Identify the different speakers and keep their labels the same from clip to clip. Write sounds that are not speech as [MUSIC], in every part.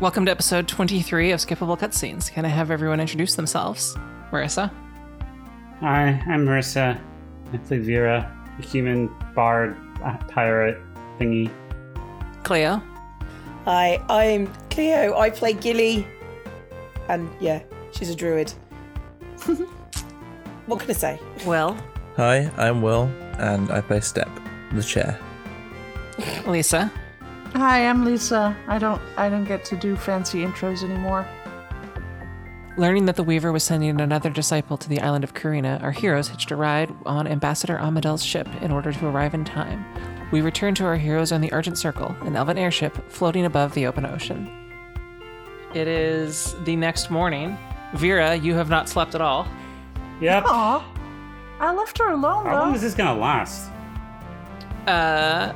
Speaker 1: Welcome to episode 23 of Skippable Cutscenes. Can I have everyone introduce themselves? Marissa?
Speaker 2: Hi, I'm Marissa. I play Vera, a human bard uh, pirate thingy.
Speaker 1: Cleo?
Speaker 3: Hi, I'm Cleo. I play Gilly. And yeah, she's
Speaker 1: [LAUGHS]
Speaker 3: a druid. what can I say?
Speaker 1: Will?
Speaker 4: Hi, I'm Will, and I play Step, the chair.
Speaker 1: Lisa?
Speaker 5: Hi, I'm Lisa. I don't I don't get to do fancy intros anymore.
Speaker 1: Learning that the Weaver was sending another disciple to the island of Karina, our heroes hitched a ride on Ambassador Amadel's ship in order to arrive in time. We return to our heroes on the Argent Circle, an elven airship floating above the open ocean. It is the next morning. Vera, you have not slept at all.
Speaker 2: Yep.
Speaker 5: Aw. I left her alone
Speaker 2: How long is
Speaker 5: though.
Speaker 2: this gonna last?
Speaker 1: Uh,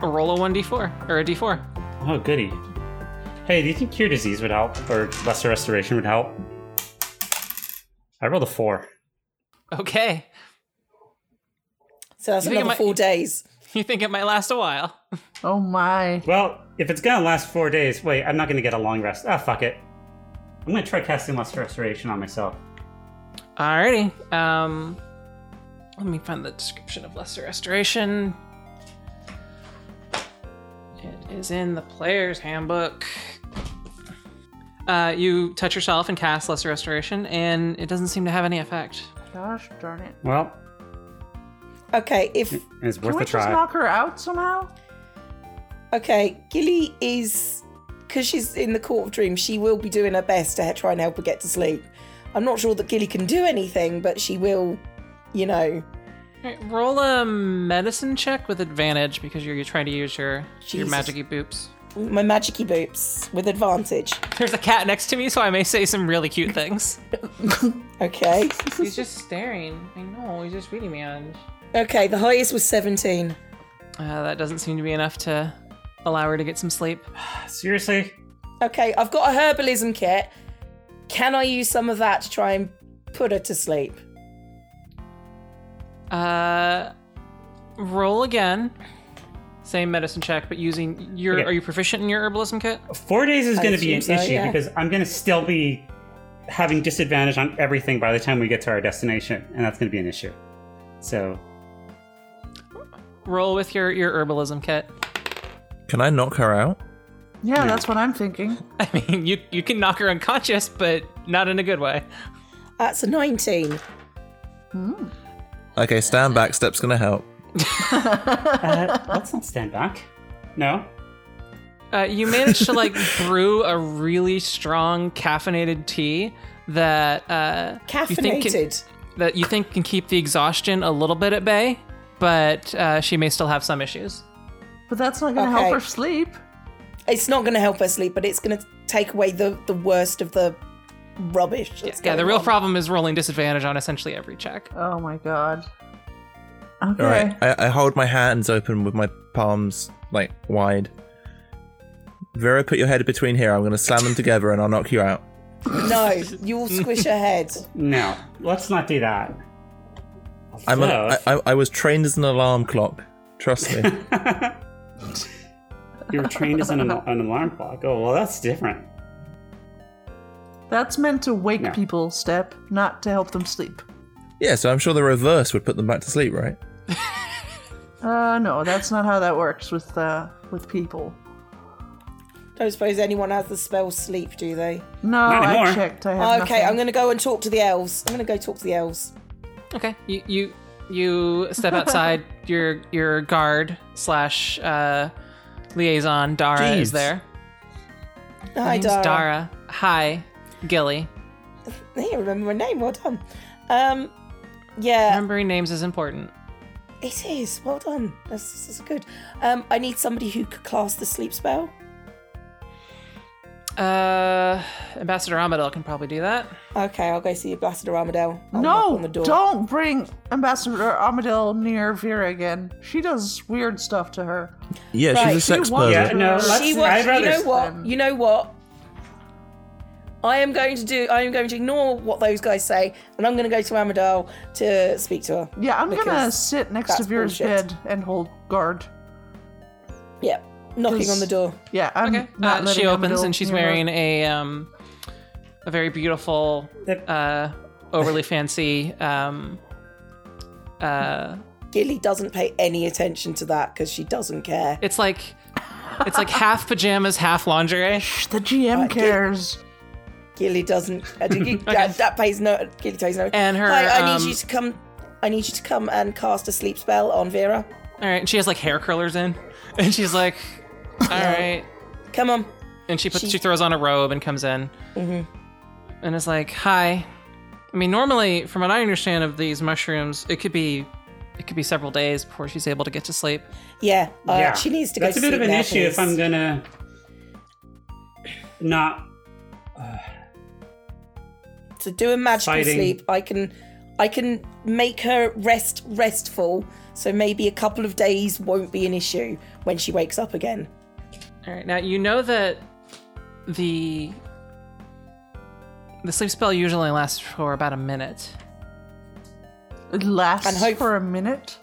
Speaker 1: roll a 1d4 or a d4.
Speaker 2: Oh, goody. Hey, do you think cure disease would help, or lesser restoration would help? I rolled a four.
Speaker 1: Okay.
Speaker 3: So that's
Speaker 1: You think it
Speaker 3: another
Speaker 1: might-
Speaker 3: four days.
Speaker 1: You think it might last a while?
Speaker 5: Oh my.
Speaker 2: Well, if it's gonna last four days, wait, I'm not gonna get a long rest. Ah, fuck it. I'm gonna try casting lesser restoration on myself.
Speaker 1: Alrighty. Um, let me find the description of Lesser Restoration. It is in the Player's Handbook. Uh, you touch yourself and cast Lesser Restoration, and it doesn't seem to have any effect.
Speaker 5: Gosh darn it.
Speaker 2: Well,
Speaker 3: Okay, if
Speaker 2: it's
Speaker 5: Can
Speaker 2: worth
Speaker 5: we
Speaker 2: a
Speaker 5: just
Speaker 2: try.
Speaker 5: knock her out somehow?
Speaker 3: okay, Gilly is because she's in the court of dreams, she will be doing her best to try and help her get to sleep. I'm not sure that Gilly can do anything, but she will, you know,
Speaker 1: Alright, roll a medicine check with advantage because you're, you're trying to use your, your
Speaker 3: Jesus.
Speaker 1: magicy boops.
Speaker 3: my magicy boots with advantage.
Speaker 1: There's a cat next to me, so I may say some really cute things. [LAUGHS]
Speaker 3: Okay.
Speaker 1: he's just staring. I know, he's just reading me on.
Speaker 3: okay, the highest was 17.
Speaker 1: Uh, that doesn't seem to be enough to allow her to get some sleep.
Speaker 2: Seriously?
Speaker 3: Okay, I've got a herbalism kit. Can I use some of that to try and put her to sleep?
Speaker 1: Uh, roll again. Same medicine check, but using your.
Speaker 2: Okay.
Speaker 1: Are you proficient in your herbalism kit?
Speaker 2: Four days is
Speaker 3: I
Speaker 2: gonna be an
Speaker 3: assume so,
Speaker 2: issue
Speaker 3: yeah.
Speaker 2: because I'm gonna still be having disadvantage on everything by the time we get to our destination, and that's gonna be an issue. So,
Speaker 1: Roll with your your herbalism kit.
Speaker 4: Can I knock her out?
Speaker 5: Yeah, that's what I'm thinking.
Speaker 1: [LAUGHS] I mean, you you can knock her unconscious, but not in a good way.
Speaker 3: That's a 19.
Speaker 4: Okay, stand back. Step's gonna help.
Speaker 3: [LAUGHS]
Speaker 2: uh, let's not stand back. No?
Speaker 1: Uh, you managed to like [LAUGHS] brew a really strong caffeinated tea that uh, you think can-
Speaker 3: Caffeinated.
Speaker 1: that you think can keep the exhaustion a little bit at bay, but uh, she may still have some issues.
Speaker 5: But that's not gonna
Speaker 3: Okay.
Speaker 5: help her sleep.
Speaker 3: It's not going to help her sleep, but it's going to take away the, the worst of the rubbish. that's
Speaker 1: Yeah, the
Speaker 3: going
Speaker 1: real
Speaker 3: on.
Speaker 1: problem is rolling disadvantage on essentially every check.
Speaker 5: Oh my god. Okay.
Speaker 4: All right. I, I hold my hands open with my palms like wide. Vera, put your head between here. I'm gonna slam them together, and I'll knock you out.
Speaker 1: [LAUGHS]
Speaker 3: No, you'll squish her head.
Speaker 2: No. Let's not do that. [LAUGHS]
Speaker 4: I'm a,
Speaker 2: Although,
Speaker 4: I, I, I was trained as an alarm clock. Trust
Speaker 2: [LAUGHS]
Speaker 4: me.
Speaker 2: you were trained as an, an alarm clock. Oh, well, that's different.
Speaker 5: That's meant to wake
Speaker 2: No.
Speaker 5: people, Step, not to help them sleep.
Speaker 4: yeah, so I'm sure the reverse would put them back to sleep, right?
Speaker 5: Uh no, that's not how that works with uh with people.
Speaker 3: Don't suppose anyone has the spell sleep, do they?
Speaker 5: No,
Speaker 2: Not anymore.
Speaker 5: I checked. I have
Speaker 3: okay,
Speaker 5: nothing.
Speaker 3: I'm going to go and talk to the elves. I'm going to go talk to the elves.
Speaker 1: Okay, you you you step outside. your your guard slash uh, liaison Dara is
Speaker 4: Jeeves.
Speaker 1: there. Her
Speaker 3: Hi,
Speaker 1: name's
Speaker 3: Dara.
Speaker 1: Dara. Hi, Gilly.
Speaker 3: Hey, you remember my name. Well done. Um, yeah,
Speaker 1: Remembering names is important.
Speaker 3: it is. Well done. That's, that's good. Um, I need somebody who could cast the sleep spell.
Speaker 1: Uh, Ambassador Amadel can probably do that.
Speaker 3: Okay, I'll go see Ambassador Armadale. I'll knock
Speaker 5: No,
Speaker 3: on the door.
Speaker 5: don't bring Ambassador Armadale near Vera again. She does weird stuff to her.
Speaker 4: Yeah,
Speaker 3: Right.
Speaker 4: she's a sex
Speaker 5: You want-
Speaker 4: pervert.
Speaker 2: Yeah, no,
Speaker 5: She
Speaker 2: let's,
Speaker 3: She wa-
Speaker 2: I'd rather.
Speaker 3: you know what?
Speaker 5: Um,
Speaker 3: You know what? I am going to do. I am going to ignore what those guys say, and I'm going to go to Armadale to speak to her.
Speaker 5: Yeah, I'm gonna
Speaker 3: Because
Speaker 5: sit next to
Speaker 3: that's
Speaker 5: Vera's
Speaker 3: bullshit.
Speaker 5: bed and hold guard.
Speaker 3: Yeah. knocking
Speaker 5: Is-
Speaker 3: on the door.
Speaker 5: Yeah, I'm
Speaker 1: Okay. Uh,
Speaker 5: not letting
Speaker 1: she opens
Speaker 5: Amador
Speaker 1: and she's
Speaker 5: near her.
Speaker 1: wearing a um, a very beautiful,
Speaker 2: Yep.
Speaker 1: uh, overly fancy. Um, uh,
Speaker 3: Gilly doesn't pay any attention to that because she doesn't care.
Speaker 1: it's like it's like half pajamas, half lingerie.
Speaker 5: Shh, the GM cares.
Speaker 3: Gilly doesn't. uh, do
Speaker 1: [LAUGHS]
Speaker 3: you- that, that pays no. Gilly pays no.
Speaker 1: And her,
Speaker 3: Hi, I
Speaker 1: um,
Speaker 3: need you to come. I need you to come and cast a sleep spell on Vera.
Speaker 1: All right, and she has like hair curlers in, [LAUGHS] and she's like, all right,
Speaker 3: Come on.
Speaker 1: and she puts she,
Speaker 3: She- Mm-hmm.
Speaker 1: throws on a robe and comes in, and is like, hi. I mean, normally, from what I understand of these mushrooms, it could be it could be several days before she's able to get to sleep.
Speaker 3: Yeah. Uh,
Speaker 2: yeah,
Speaker 3: She needs to go.
Speaker 2: That's
Speaker 3: to
Speaker 2: a bit of
Speaker 3: sleep
Speaker 2: an
Speaker 3: now,
Speaker 2: issue if
Speaker 3: please.
Speaker 2: I'm gonna not
Speaker 3: So doing magical
Speaker 2: Fighting.
Speaker 3: sleep, I can, I can make her rest restful. So maybe a couple of days won't be an issue when she wakes up again.
Speaker 1: All right. Now you know that the the sleep spell usually lasts for about a minute.
Speaker 5: It lasts
Speaker 3: And hope-
Speaker 5: for a minute.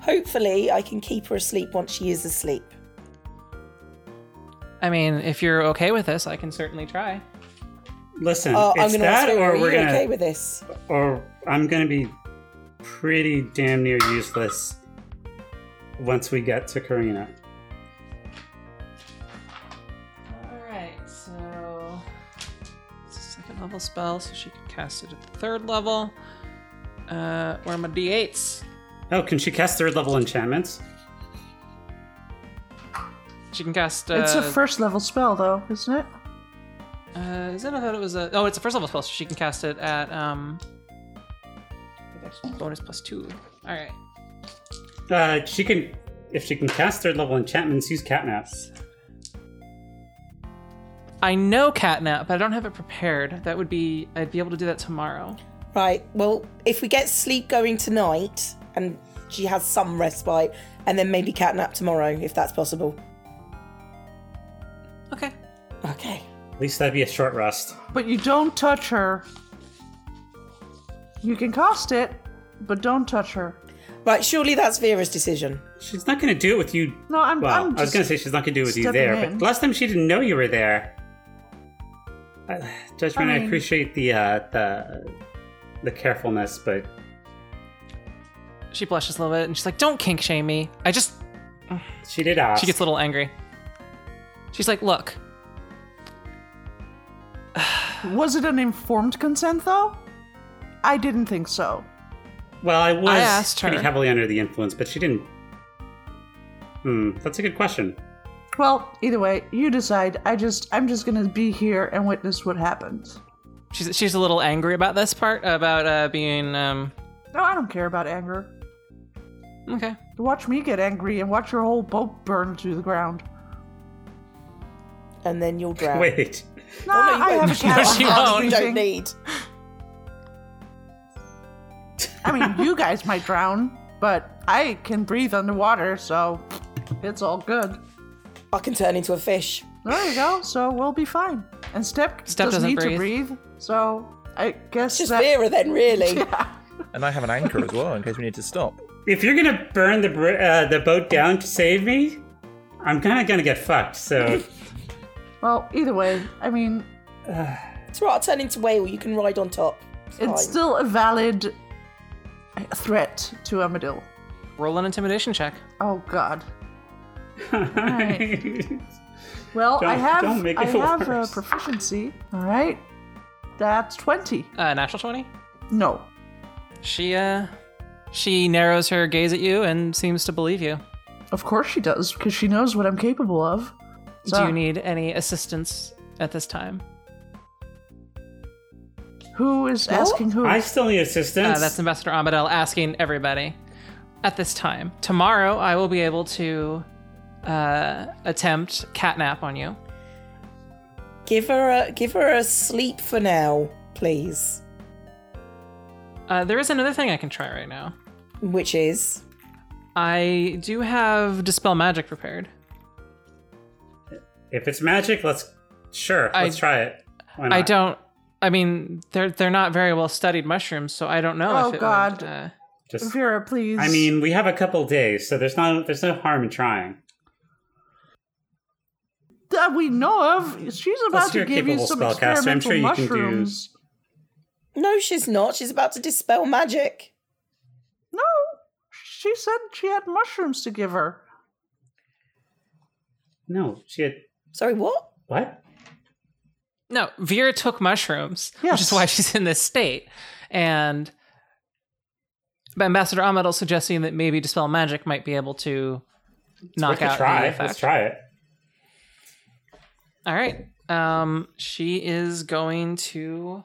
Speaker 3: Hopefully, I can keep her asleep once she is asleep.
Speaker 1: I mean, if you're okay with this, I can certainly try.
Speaker 2: listen.
Speaker 3: Oh, I'm
Speaker 2: it's
Speaker 3: going to ask
Speaker 2: that,
Speaker 3: her,
Speaker 2: or
Speaker 3: are you
Speaker 2: we're gonna,
Speaker 3: okay with this?
Speaker 2: or I'm gonna be pretty damn near useless once we get to Karina.
Speaker 1: All right. So it's a second level spell, so she can cast it at the third level. Uh, where are my d8s?
Speaker 2: Oh, can she cast third level enchantments?
Speaker 1: She can cast. Uh,
Speaker 5: it's a first level spell, though, isn't it?
Speaker 1: uh, is it? I thought it was a. Oh, it's a first level spell, so she can cast it at um. Bonus plus two. All right.
Speaker 2: Uh, she can, if she can cast third level enchantments, use catnaps.
Speaker 1: I know catnap, but I don't have it prepared. That would be I'd be able to do that tomorrow.
Speaker 3: Right. Well, if we get sleep going tonight and she has some respite, and then maybe catnap tomorrow if that's possible.
Speaker 1: Okay.
Speaker 3: Okay.
Speaker 2: At least that'd be a short rest.
Speaker 5: But you don't touch her. You can cost it, but don't touch her.
Speaker 3: Right. Surely that's Vera's decision.
Speaker 2: She's not gonna do it with you.
Speaker 5: No, I'm.
Speaker 2: Well, i
Speaker 5: I'm just,
Speaker 2: was gonna say she's not gonna do it with you
Speaker 5: stepping
Speaker 2: there,
Speaker 5: in.
Speaker 2: but last time she didn't know you were there. Uh, judgment,
Speaker 5: I
Speaker 2: I,
Speaker 5: mean-
Speaker 2: appreciate the uh, the the carefulness, but
Speaker 1: She blushes a little bit and she's like, "Don't kink shame me." I just
Speaker 2: she did ask.
Speaker 1: she gets a little angry. She's like, "Look,
Speaker 5: Was it an informed consent, though? I didn't think so.
Speaker 2: Well, I was
Speaker 1: asked
Speaker 2: pretty
Speaker 1: her.
Speaker 2: heavily under the influence, but she didn't. Hmm, that's a good question.
Speaker 5: Well, either way, you decide. I just, I'm just gonna be here and witness what happens.
Speaker 1: she's she's a little angry about this part about uh, being um
Speaker 5: No, I don't care about anger.
Speaker 1: okay."
Speaker 5: Watch me get angry and watch your whole boat burn to the ground.
Speaker 3: And then you'll
Speaker 2: [LAUGHS]
Speaker 3: drown.
Speaker 2: Wait,
Speaker 5: No,
Speaker 3: Oh, [LAUGHS] no, you
Speaker 5: Ah, I
Speaker 3: won't.
Speaker 5: have a cat.
Speaker 1: she
Speaker 5: I'm not
Speaker 1: won't.
Speaker 3: You [LAUGHS]
Speaker 5: leaving.
Speaker 3: don't need.
Speaker 5: I mean, you guys might drown, but I can breathe underwater, so it's all good.
Speaker 3: I can turn into a fish.
Speaker 5: There you go. So we'll be fine. And Step,
Speaker 1: Step
Speaker 5: doesn't,
Speaker 1: doesn't
Speaker 5: need to breathe, so I guess
Speaker 3: Just
Speaker 5: that.
Speaker 3: Vera then,
Speaker 5: [LAUGHS]
Speaker 3: really.
Speaker 4: And I have an anchor as well in case we need to stop.
Speaker 2: if you're gonna burn the br- uh, the boat down to save me, I'm kind of gonna get fucked. So
Speaker 5: Well, either way, I mean,
Speaker 3: It's right. I'll turn into whale. You can ride on top. fine.
Speaker 5: it's still a valid threat to Amadil.
Speaker 1: Roll an intimidation check.
Speaker 5: Oh God. Alright. Well, I
Speaker 2: Don't-
Speaker 5: have
Speaker 2: don't make [LAUGHS]
Speaker 5: I
Speaker 2: it
Speaker 5: have a
Speaker 2: worse.
Speaker 5: proficiency. All right, that's twenty.
Speaker 1: Uh, natural twenty.
Speaker 5: No,
Speaker 1: She uh she narrows her gaze at you and seems to believe you.
Speaker 5: of course she does because she knows what I'm capable of.
Speaker 1: Do
Speaker 5: So-
Speaker 1: you need any assistance at this time?
Speaker 5: Who is asking
Speaker 2: [LAUGHS]
Speaker 5: who?
Speaker 2: I still need assistance.
Speaker 1: Uh, that's Ambassador Amadel asking everybody at this time. Tomorrow, I will be able to uh, attempt catnap on you.
Speaker 3: Give her a give her a sleep for now, please.
Speaker 1: Uh, there is another thing I can try right now.
Speaker 3: Which is
Speaker 1: I do have dispel magic prepared.
Speaker 2: if it's magic, let's sure
Speaker 1: I-
Speaker 2: let's try it. Why
Speaker 1: I
Speaker 2: not?
Speaker 1: don't. I mean, they're they're not very well studied mushrooms, so I don't know
Speaker 5: Oh,
Speaker 1: if it
Speaker 5: God.
Speaker 1: would. Uh,
Speaker 2: Just
Speaker 5: Vera, please.
Speaker 2: I mean, we have a couple days, so there's not there's no harm in trying.
Speaker 5: that we know of. She's about
Speaker 2: Plus, you're
Speaker 5: to
Speaker 2: a
Speaker 5: give you
Speaker 2: capable
Speaker 5: some
Speaker 2: spellcaster. I'm
Speaker 5: experimental
Speaker 2: sure you
Speaker 5: mushrooms.
Speaker 3: No, she's not. She's about to dispel magic.
Speaker 5: No, she said she had mushrooms to give her.
Speaker 2: can do. No, she had
Speaker 3: Sorry, what?
Speaker 2: what?
Speaker 1: No, Vera took mushrooms, which
Speaker 5: Yes.
Speaker 1: is why she's in this state. And Ambassador Amadal suggesting that maybe dispel magic might be able to knock
Speaker 2: Worth a
Speaker 1: out the
Speaker 2: try.
Speaker 1: effect.
Speaker 2: Let's try it.
Speaker 1: All right. Um, she is going to.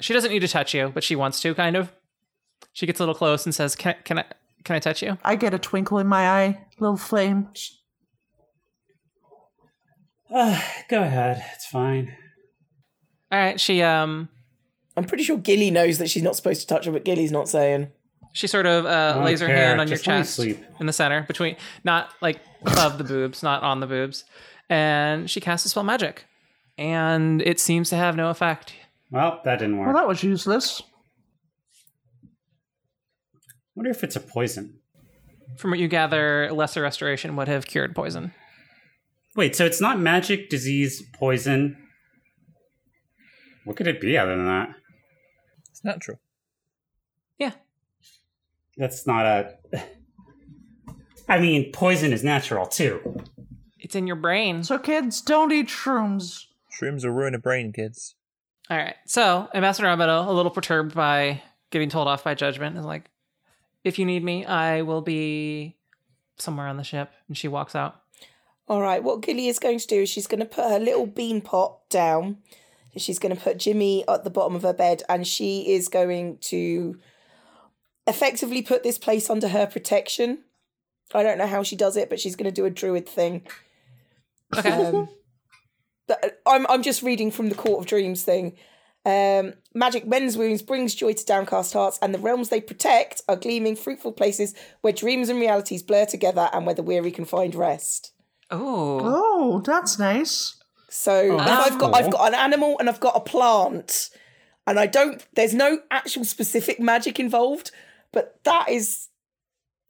Speaker 1: She doesn't need to touch you, but she wants to kind of. She gets a little close and says, "Can I, can I can I touch you?"
Speaker 5: I get a twinkle in my eye, little flame.
Speaker 2: Uh, [SIGHS] go ahead. It's fine.
Speaker 1: All right. She um
Speaker 3: I'm pretty sure Gilly knows that she's not supposed to touch her, but Gilly's not saying.
Speaker 1: she sort of uh,
Speaker 2: don't
Speaker 1: lays her
Speaker 2: care,
Speaker 1: hand on
Speaker 2: just
Speaker 1: your
Speaker 2: let me
Speaker 1: chest
Speaker 2: sleep.
Speaker 1: in the center between not like above the boobs, not on the boobs, and she casts a spell magic, and it seems to have no effect.
Speaker 2: Well, that didn't work.
Speaker 5: Well, that was useless.
Speaker 2: wonder if it's a poison.
Speaker 1: From what you gather, lesser restoration would have cured poison.
Speaker 2: Wait, so it's not magic, disease, poison. What could it be other than that?
Speaker 4: It's natural.
Speaker 1: Yeah.
Speaker 2: That's not a. [LAUGHS] I mean, poison is natural too.
Speaker 1: It's in your brain.
Speaker 5: So, kids, don't eat shrooms.
Speaker 4: Shrooms will ruin a brain, kids.
Speaker 1: All right. So Ambassador Abedo, a little perturbed by getting told off by judgment, is like, if you need me, I will be somewhere on the ship. And she walks out.
Speaker 3: All right, what Gilly is going to do is she's going to put her little bean pot down. She's going to put Jimmy at the bottom of her bed, and she is going to effectively put this place under her protection. I don't know how she does it, but she's going to do a druid thing.
Speaker 1: Okay.
Speaker 3: [LAUGHS] Um, but uh, I'm I'm just reading from the Court of Dreams thing. Um, magic mends wounds, brings joy to downcast hearts, and the realms they protect are gleaming, fruitful places where dreams and realities blur together, and where the weary can find rest.
Speaker 1: oh.
Speaker 5: Oh, that's nice. [LAUGHS]
Speaker 3: So if
Speaker 2: that's
Speaker 3: I've got
Speaker 2: cool.
Speaker 3: I've got an animal and I've got a plant, and I don't. There's no actual specific magic involved, but that is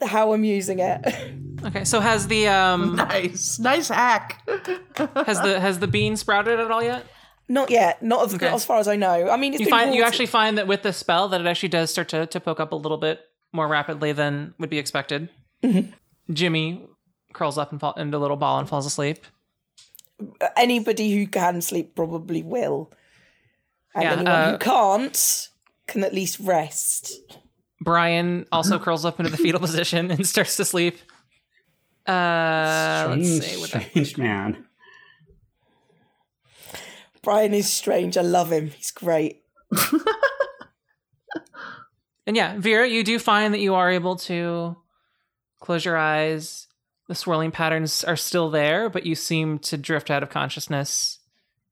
Speaker 3: how I'm using it. [LAUGHS]
Speaker 1: Okay. So has the um
Speaker 5: Nice. Nice [LAUGHS] hack.
Speaker 1: has the has the bean sprouted at all yet?
Speaker 3: not yet, not as, not as far as I know. I mean, it's
Speaker 1: You
Speaker 3: been
Speaker 1: find you
Speaker 3: watered-
Speaker 1: actually find that with the spell that it actually does start to, to poke up a little bit more rapidly than would be expected. Jimmy curls up and fall into a little ball and falls asleep.
Speaker 3: anybody who can sleep probably will. And
Speaker 1: Yeah,
Speaker 3: anyone
Speaker 1: uh,
Speaker 3: who can't can at least rest.
Speaker 1: Brian also curls up into the fetal position and starts to sleep. Uh, let's
Speaker 2: strange,
Speaker 1: see. What that-
Speaker 2: strange man.
Speaker 3: Brian is strange. I love him. He's great.
Speaker 1: and yeah, Vera, you do find that you are able to close your eyes. The swirling patterns are still there, but you seem to drift out of consciousness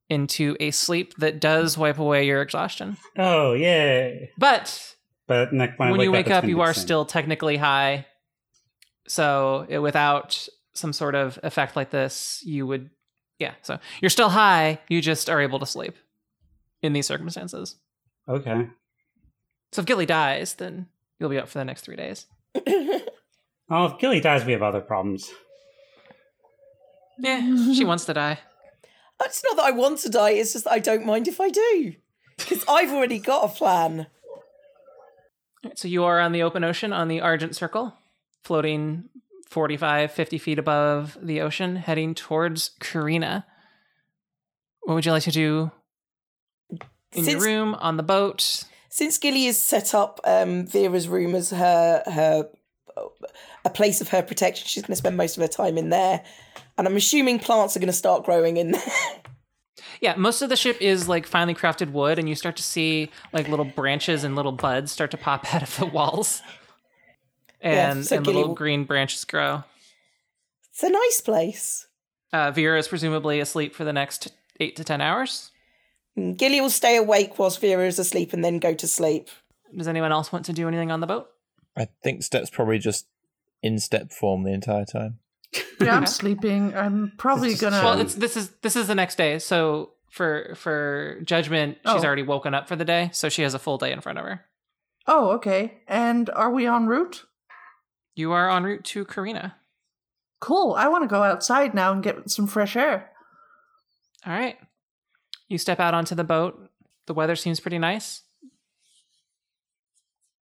Speaker 1: into a sleep that does wipe away your exhaustion.
Speaker 2: Oh yay!
Speaker 1: But
Speaker 2: But ne- when, I
Speaker 1: when you wake
Speaker 2: it's
Speaker 1: up,
Speaker 2: gonna
Speaker 1: you
Speaker 2: be the
Speaker 1: are
Speaker 2: same.
Speaker 1: still technically high. So it, without some sort of effect like this, you would, yeah. So you're still high. You just are able to sleep in these circumstances.
Speaker 2: okay.
Speaker 1: So if Gilly dies, then you'll be up for the next three days.
Speaker 2: Oh, if Gilly dies, we have other problems.
Speaker 1: Yeah, she wants to die.
Speaker 3: It's not that I want to die, it's just that I don't mind if I do. Because I've already got a plan.
Speaker 1: All right, So you are on the open ocean on the Argent Circle, floating 45, 50 feet above the ocean, heading towards Karina. What would you like to do in your
Speaker 3: Since-
Speaker 1: room, on the boat?
Speaker 3: Since Gilly has set up um, Vera's room as her her a place of her protection, she's going to spend most of her time in there. And I'm assuming plants are going to start growing in there. [LAUGHS]
Speaker 1: Yeah, most of the ship is like finely crafted wood, and you start to see like little branches and little buds start to pop [LAUGHS] out of the walls,
Speaker 3: Yeah,
Speaker 1: and,
Speaker 3: so
Speaker 1: and
Speaker 3: Gilly
Speaker 1: little
Speaker 3: will-
Speaker 1: green branches grow.
Speaker 3: it's a nice place.
Speaker 1: Uh, Vera is presumably asleep for the next eight to ten hours.
Speaker 3: Mm, Gilly will stay awake whilst Vera is asleep and then go to sleep. [LAUGHS]
Speaker 1: Does anyone else want to do anything on the boat?
Speaker 4: I think Step's probably just in step form the entire time.
Speaker 5: yeah, I'm sleeping. I'm probably
Speaker 2: This is
Speaker 5: gonna.
Speaker 2: chill.
Speaker 1: Well, it's this is this is the next day, so for for judgment, she's
Speaker 5: Oh.
Speaker 1: already woken up for the day, so she has a full day in front of her.
Speaker 5: Oh, okay. And are we en route?
Speaker 1: You are en route to Karina.
Speaker 5: Cool. I want to go outside now and get some fresh air.
Speaker 1: All right. You step out onto the boat. The weather seems pretty nice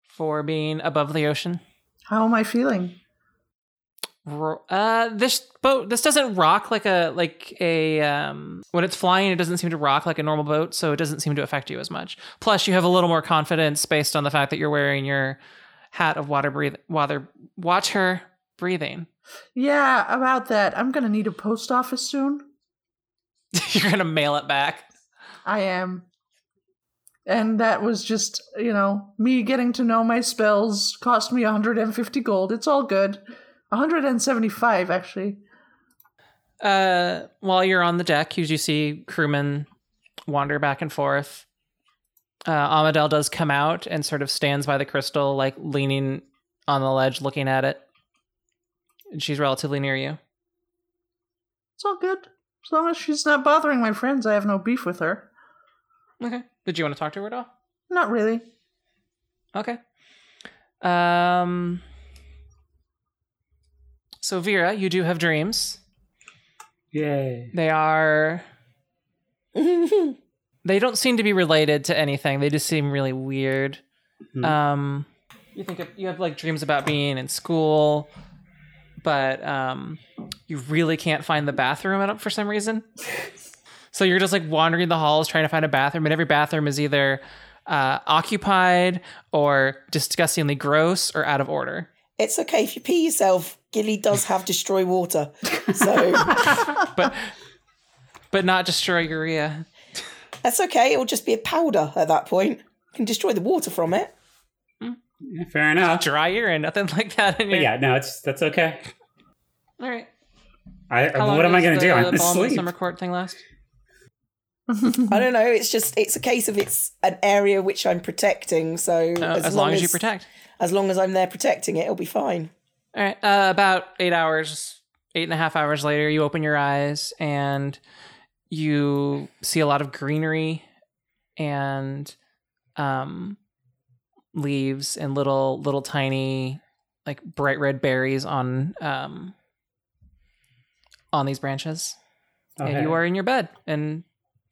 Speaker 1: for being above the ocean.
Speaker 5: How am I feeling?
Speaker 1: Ro- Uh, this boat this doesn't rock like a like a um when it's flying it doesn't seem to rock like a normal boat so it doesn't seem to affect you as much. Plus you have a little more confidence based on the fact that you're wearing your hat of water breath water water breathing. [LAUGHS]
Speaker 5: Yeah, about that. I'm going to need a post office soon.
Speaker 1: you're going to mail it back.
Speaker 5: I am. And that was just, you know, me getting to know my spells cost me 150 gold. It's all good. 175, actually.
Speaker 1: Uh, while you're on the deck, you do see crewmen wander back and forth. Uh, Amadel does come out and sort of stands by the crystal, like leaning on the ledge, looking at it. And she's relatively near you.
Speaker 5: It's all good. As long as she's not bothering my friends, I have no beef with her.
Speaker 1: Okay. Did you want to talk to her at all?
Speaker 5: Not really. [LAUGHS]
Speaker 1: Okay. Um. So Vera, you do have dreams.
Speaker 2: Yay.
Speaker 1: They are. They don't seem to be related to anything. They just seem really weird.
Speaker 2: Hmm.
Speaker 1: Um, you think of, you have like dreams about being in school, but um, you really can't find the bathroom at- for some
Speaker 2: [LAUGHS]
Speaker 1: reason. so you're just like wandering the halls trying to find a bathroom, and every bathroom is either uh, occupied or disgustingly gross or out of order.
Speaker 3: It's okay if you pee yourself. Gilly does have destroy water.
Speaker 1: [LAUGHS]
Speaker 3: So
Speaker 2: [LAUGHS]
Speaker 1: But but not destroy urea.
Speaker 3: that's okay. It'll just be a powder at that point. You can destroy the water from it.
Speaker 2: Yeah, Fair enough.
Speaker 1: Dry urine, nothing like that. In
Speaker 2: But
Speaker 1: your-
Speaker 2: yeah, no, it's that's okay.
Speaker 1: All right.
Speaker 2: I,
Speaker 1: How long
Speaker 2: what am I
Speaker 1: does
Speaker 2: going to do?
Speaker 1: the
Speaker 2: I'm gonna
Speaker 1: Ballman's
Speaker 2: sleep.
Speaker 1: summer court thing last. Mm-hmm.
Speaker 3: I don't know. It's just it's a case of it's an area which I'm protecting. So
Speaker 1: Uh, as, long as you protect.
Speaker 3: as long as I'm there protecting it, it'll be fine.
Speaker 1: All right. Uh, about eight hours, eight and a half hours later, you open your eyes and you see a lot of greenery and um, leaves and little, little tiny, like bright red berries on um, on these branches. And
Speaker 2: Okay.
Speaker 1: you are in your bed, and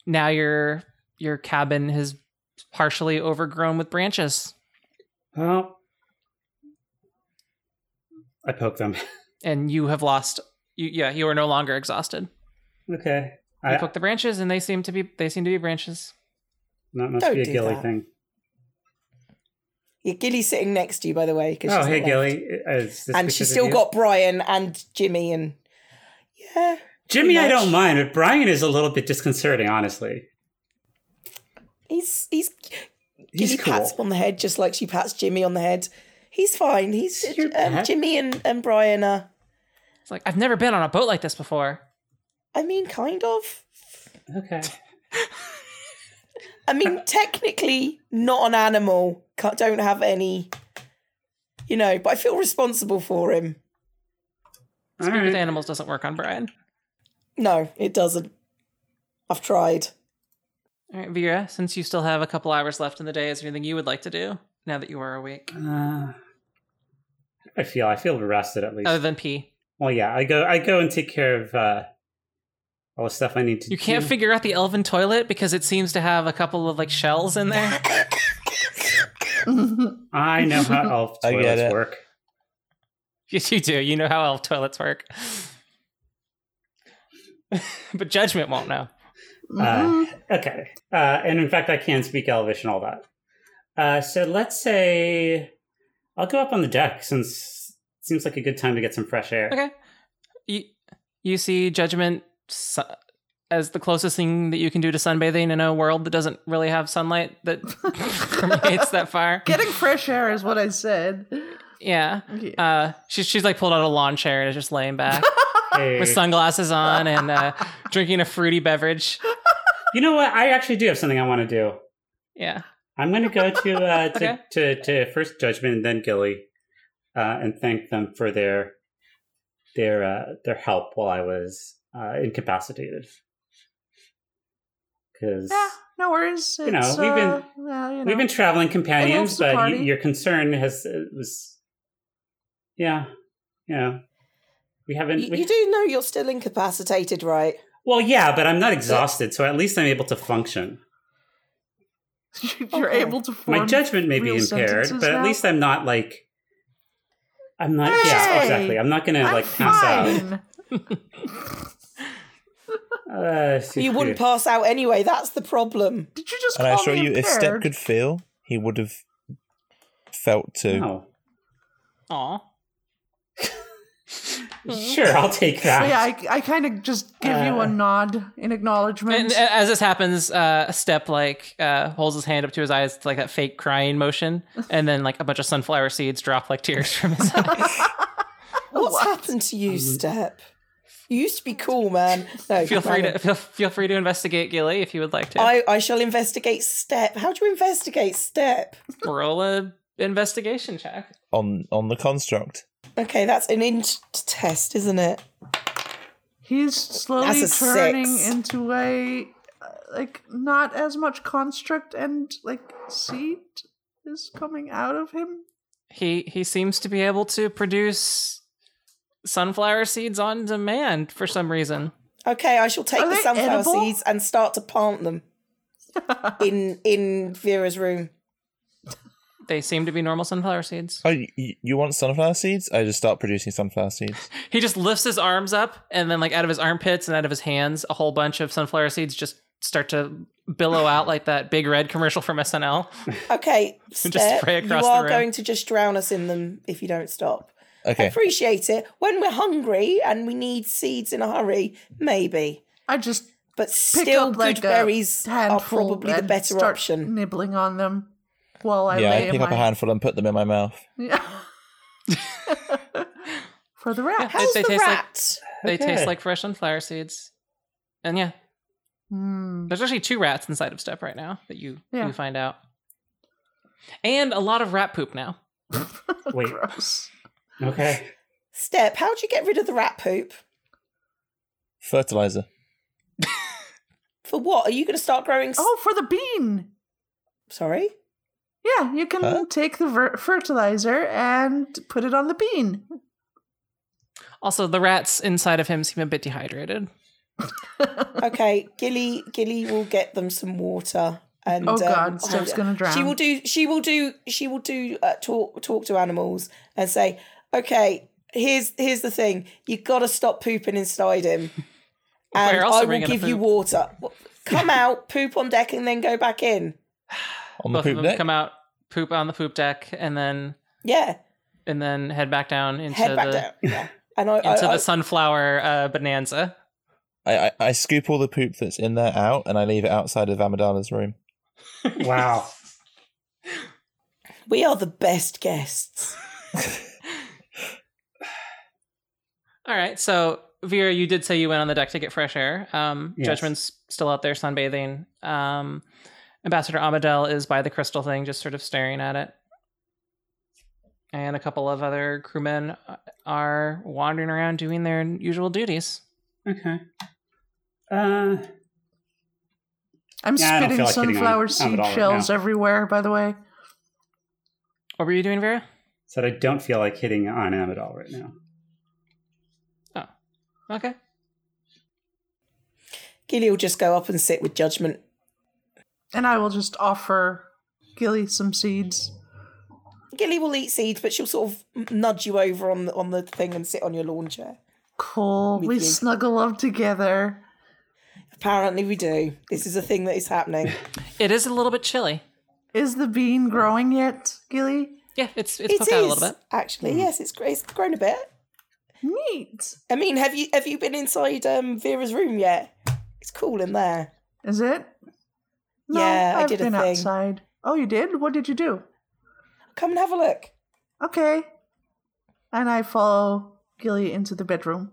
Speaker 1: now your your cabin is partially overgrown with branches,
Speaker 2: Well, I poke them.
Speaker 1: and you have lost. You, yeah, you are no longer exhausted.
Speaker 2: okay.
Speaker 1: You
Speaker 2: I,
Speaker 1: poke the branches, and they seem to be they seem to be branches.
Speaker 2: that must
Speaker 3: Don't
Speaker 2: be a
Speaker 3: do
Speaker 2: Gilly
Speaker 3: that.
Speaker 2: thing.
Speaker 3: Yeah, Gilly's sitting next to you, by the way. 'cause
Speaker 2: Oh,
Speaker 3: she's
Speaker 2: hey,
Speaker 3: not left.
Speaker 2: Gilly. Is this
Speaker 3: And
Speaker 2: because
Speaker 3: she's
Speaker 2: of
Speaker 3: still
Speaker 2: you?
Speaker 3: got Brian and Jimmy and yeah.
Speaker 2: Jimmy. I
Speaker 3: much.
Speaker 2: don't mind, but Brian is a little bit disconcerting, honestly.
Speaker 3: He's he's
Speaker 2: He's
Speaker 3: Gilly
Speaker 2: cool.
Speaker 3: pats him on the head just like she pats Jimmy on the head. He's fine. He's
Speaker 2: Your
Speaker 3: um,
Speaker 2: pet?
Speaker 3: Jimmy and, and Brian are
Speaker 1: It's like I've never been on a boat like this before.
Speaker 3: I mean kind of.
Speaker 2: Okay.
Speaker 3: I
Speaker 2: Um,
Speaker 3: mean technically not an animal. Can't, don't have any you know, but I feel responsible for him.
Speaker 2: All
Speaker 1: Speak with
Speaker 2: right.
Speaker 1: animals doesn't work on Brian.
Speaker 3: No, it doesn't. I've tried.
Speaker 1: All right, Vera. Since you still have a couple hours left in the day, is there anything you would like to do now that you are awake,
Speaker 2: Uh, how do I feel I feel rested at least.
Speaker 1: other than pee?
Speaker 2: well, yeah, I go I go and take care of uh, all the stuff I need to.
Speaker 1: You can't
Speaker 2: do.
Speaker 1: figure out the elven toilet because it seems to have a couple of like shells in
Speaker 2: [LAUGHS]
Speaker 1: there.
Speaker 2: Uh, I know
Speaker 1: [LAUGHS]
Speaker 2: how elf
Speaker 4: I get
Speaker 2: toilets
Speaker 4: it.
Speaker 2: work.
Speaker 1: yes, you do. You know how elf toilets work, [LAUGHS] but judgment won't know.
Speaker 2: [LAUGHS]
Speaker 5: Mhm.
Speaker 2: Okay. Uh, and in fact, I can speak Elvish and all that. Uh, so let's say I'll go up on the deck since it seems like a good time to get some fresh air.
Speaker 1: Okay. You, you see judgment su- as the closest thing that you can do to sunbathing in a world that doesn't really have sunlight that permeates that far.
Speaker 5: Getting fresh air is what I said.
Speaker 1: Yeah.
Speaker 5: Yeah.
Speaker 1: Uh, she's she's like pulled out a lawn chair and is just laying back
Speaker 2: Hey.
Speaker 1: with sunglasses on and uh, drinking a fruity beverage.
Speaker 2: you know what? I actually do have something I want to do.
Speaker 1: Yeah.
Speaker 2: I'm going to go
Speaker 1: [LAUGHS]
Speaker 2: to, uh, to,
Speaker 1: Okay.
Speaker 2: to to first Judgment and then Gilly, uh, and thank them for their their uh, their help while I was uh, incapacitated. because
Speaker 5: Yeah,
Speaker 1: Ah.
Speaker 5: no worries.
Speaker 2: You know,
Speaker 5: It's,
Speaker 2: we've been-
Speaker 5: uh, well, you know.
Speaker 2: we've been traveling companions,
Speaker 5: helps the
Speaker 2: but y-
Speaker 5: party.
Speaker 2: your concern has uh, was, yeah, you know, we haven't.
Speaker 3: You,
Speaker 2: we,
Speaker 3: you do know you're still incapacitated, right?
Speaker 2: Well, yeah, but I'm not exhausted, so at least I'm able to function.
Speaker 5: [LAUGHS] You're
Speaker 3: Okay.
Speaker 5: able to form.
Speaker 2: My judgment may be
Speaker 5: real
Speaker 2: impaired,
Speaker 5: sentences
Speaker 2: but at
Speaker 5: now?
Speaker 2: least I'm not like. I'm not.
Speaker 5: Hey!
Speaker 2: Yeah, exactly. I'm not gonna
Speaker 5: I'm
Speaker 2: like pass out.
Speaker 5: fine.
Speaker 2: Uh,
Speaker 3: You wouldn't
Speaker 2: pop.
Speaker 3: pass out anyway. That's the problem.
Speaker 5: Did you just
Speaker 4: And I
Speaker 5: call
Speaker 4: assure
Speaker 5: me
Speaker 4: you,
Speaker 5: impaired?
Speaker 4: if Step could feel, he would have felt too.
Speaker 2: No.
Speaker 1: Aw.
Speaker 2: Sure, I'll take that.
Speaker 5: Mm-hmm. [LAUGHS] yeah, I, I kind of just give you
Speaker 2: Uh.
Speaker 5: a nod in acknowledgement.
Speaker 1: And a- as this happens, uh, Step like uh, holds his hand up to his eyes, like that fake crying motion, and then like a bunch of sunflower seeds drop like tears from his [LAUGHS] eyes.
Speaker 3: What's
Speaker 5: Oh, What?
Speaker 3: happened to
Speaker 1: Um,
Speaker 3: you, Step? You used to be cool, man.
Speaker 1: [LAUGHS]
Speaker 3: No,
Speaker 1: feel free
Speaker 3: hang
Speaker 1: to feel, feel free to investigate Gilly if you would like to.
Speaker 3: on. Oh, I, I shall investigate Step. How do you investigate Step?
Speaker 1: Roll a investigation check.
Speaker 4: on on the construct.
Speaker 3: Okay, that's an int test, isn't it?
Speaker 5: He's slowly
Speaker 3: That's a
Speaker 5: turning
Speaker 3: six.
Speaker 5: into a uh, like not as much construct and like seed is coming out of him.
Speaker 1: He he seems to be able to produce sunflower seeds on demand for some reason.
Speaker 3: Okay, I shall take
Speaker 5: Are
Speaker 3: the
Speaker 5: they
Speaker 3: sunflower
Speaker 5: edible?
Speaker 3: seeds and start to plant
Speaker 5: [LAUGHS]
Speaker 3: them in in Vera's room.
Speaker 1: They seem to be normal sunflower seeds.
Speaker 4: Oh, you, you want sunflower seeds? I just start producing sunflower seeds.
Speaker 1: He just lifts his arms up, and then like out of his armpits and out of his hands, a whole bunch of sunflower seeds just start to billow out like that big red commercial from SNL.
Speaker 3: Okay, Step,
Speaker 1: spray across
Speaker 3: you
Speaker 1: the
Speaker 3: are
Speaker 1: room.
Speaker 3: going to just drown us in them if you don't stop.
Speaker 5: [LAUGHS]
Speaker 4: Okay,
Speaker 3: Appreciate it. When we're hungry and we need seeds in a hurry, maybe.
Speaker 5: I just
Speaker 3: But
Speaker 5: pick
Speaker 3: still,
Speaker 5: up
Speaker 3: good
Speaker 5: like
Speaker 3: berries
Speaker 5: a
Speaker 3: are
Speaker 5: handful
Speaker 3: probably the
Speaker 5: and
Speaker 3: better
Speaker 5: start
Speaker 3: option.
Speaker 5: Nibbling on them while I
Speaker 4: yeah, I
Speaker 5: lay
Speaker 4: pick
Speaker 5: my...
Speaker 4: up
Speaker 5: [LAUGHS]
Speaker 4: a handful and put them in my mouth.
Speaker 5: Yeah. for the rat.
Speaker 1: Yeah.
Speaker 3: How's
Speaker 1: they
Speaker 3: the
Speaker 1: taste like-
Speaker 3: rat?
Speaker 1: They
Speaker 2: Okay.
Speaker 1: taste like fresh sunflower seeds. And yeah,
Speaker 5: Hmm. [LAUGHS]
Speaker 1: there's actually two rats inside of Step right now that you
Speaker 5: Yeah.
Speaker 1: you find out, and a lot of rat poop now.
Speaker 2: Wait.
Speaker 5: Gross.
Speaker 2: Okay.
Speaker 3: Step, how do you get rid of the rat poop?
Speaker 4: Fertilizer.
Speaker 3: For what? Are you going to start growing? s-
Speaker 5: Oh, for the bean.
Speaker 3: Sorry.
Speaker 5: Yeah, you can
Speaker 4: Huh?
Speaker 5: take the ver- fertilizer and put it on the bean.
Speaker 1: Also, the rats inside of him seem a bit dehydrated.
Speaker 3: Okay, Gilly, Gilly will get them some water. And
Speaker 5: Oh
Speaker 3: um,
Speaker 5: God,
Speaker 3: hold
Speaker 5: Steph's
Speaker 3: it.
Speaker 5: gonna drown.
Speaker 3: She will do. She will do. She will do. Uh, talk talk to animals and say, "Okay, here's here's the thing. You got to stop pooping inside him, and
Speaker 1: We're also
Speaker 3: I will
Speaker 1: bringing a
Speaker 3: give you
Speaker 1: poop.
Speaker 3: water. Well,
Speaker 1: [LAUGHS]
Speaker 3: Come out, poop on deck, and then go back in.
Speaker 4: On the
Speaker 1: Both of
Speaker 4: poop
Speaker 1: them
Speaker 4: deck.
Speaker 1: come out, poop on the poop deck, and then
Speaker 3: Yeah,
Speaker 1: and then head back down into
Speaker 3: head back
Speaker 1: the
Speaker 3: down. Yeah, and
Speaker 1: [LAUGHS]
Speaker 3: I,
Speaker 1: into
Speaker 3: I, I
Speaker 1: the sunflower uh, bonanza.
Speaker 4: I, I I scoop all the poop that's in there out and I leave it outside of Amadala's room.
Speaker 2: Wow.
Speaker 3: we are the best guests.
Speaker 1: All right, so Vera, you did say you went on the deck to get fresh air. Um,
Speaker 2: Yes.
Speaker 1: Judgment's still out there sunbathing. Um, Ambassador Amadel is by the crystal thing, just sort of staring at it. And a couple of other crewmen uh, are wandering around doing their usual duties.
Speaker 2: Okay. Uh,
Speaker 5: I'm
Speaker 2: Yeah, I don't feel like
Speaker 5: spitting
Speaker 2: hitting on Tom
Speaker 5: sunflower
Speaker 2: at
Speaker 5: seed
Speaker 2: all right
Speaker 5: shells
Speaker 2: now.
Speaker 5: everywhere, by the way.
Speaker 1: What were you doing, Vera?
Speaker 2: said I don't feel like hitting on Amadal right now.
Speaker 1: Okay.
Speaker 3: Gilly will just go up and sit with judgment.
Speaker 5: And I will just offer Gilly some seeds.
Speaker 3: Gilly will eat seeds, but she'll sort of nudge you over on the, on the thing and sit on your lawn chair.
Speaker 5: Cool.
Speaker 3: Me
Speaker 5: We
Speaker 3: too.
Speaker 5: snuggle up together.
Speaker 3: Apparently, we do. This is a thing that is happening.
Speaker 1: It is a little bit chilly.
Speaker 5: Is the bean growing yet, Gilly?
Speaker 1: Yeah, it's [LAUGHS] it's
Speaker 3: It
Speaker 1: poked out a
Speaker 3: is,
Speaker 1: little bit. Hmm.
Speaker 3: actually. Yes, it's, gr- it's grown a bit.
Speaker 5: Neat.
Speaker 3: I mean, have you have you been inside um, Vera's room yet? It's cool in there.
Speaker 5: Is it?
Speaker 3: Yeah, I
Speaker 5: I've
Speaker 3: did a
Speaker 5: been
Speaker 3: thing.
Speaker 5: outside. Oh, you did? What did you do?
Speaker 3: Come and have a look.
Speaker 5: Okay. And I follow Gilly into the bedroom.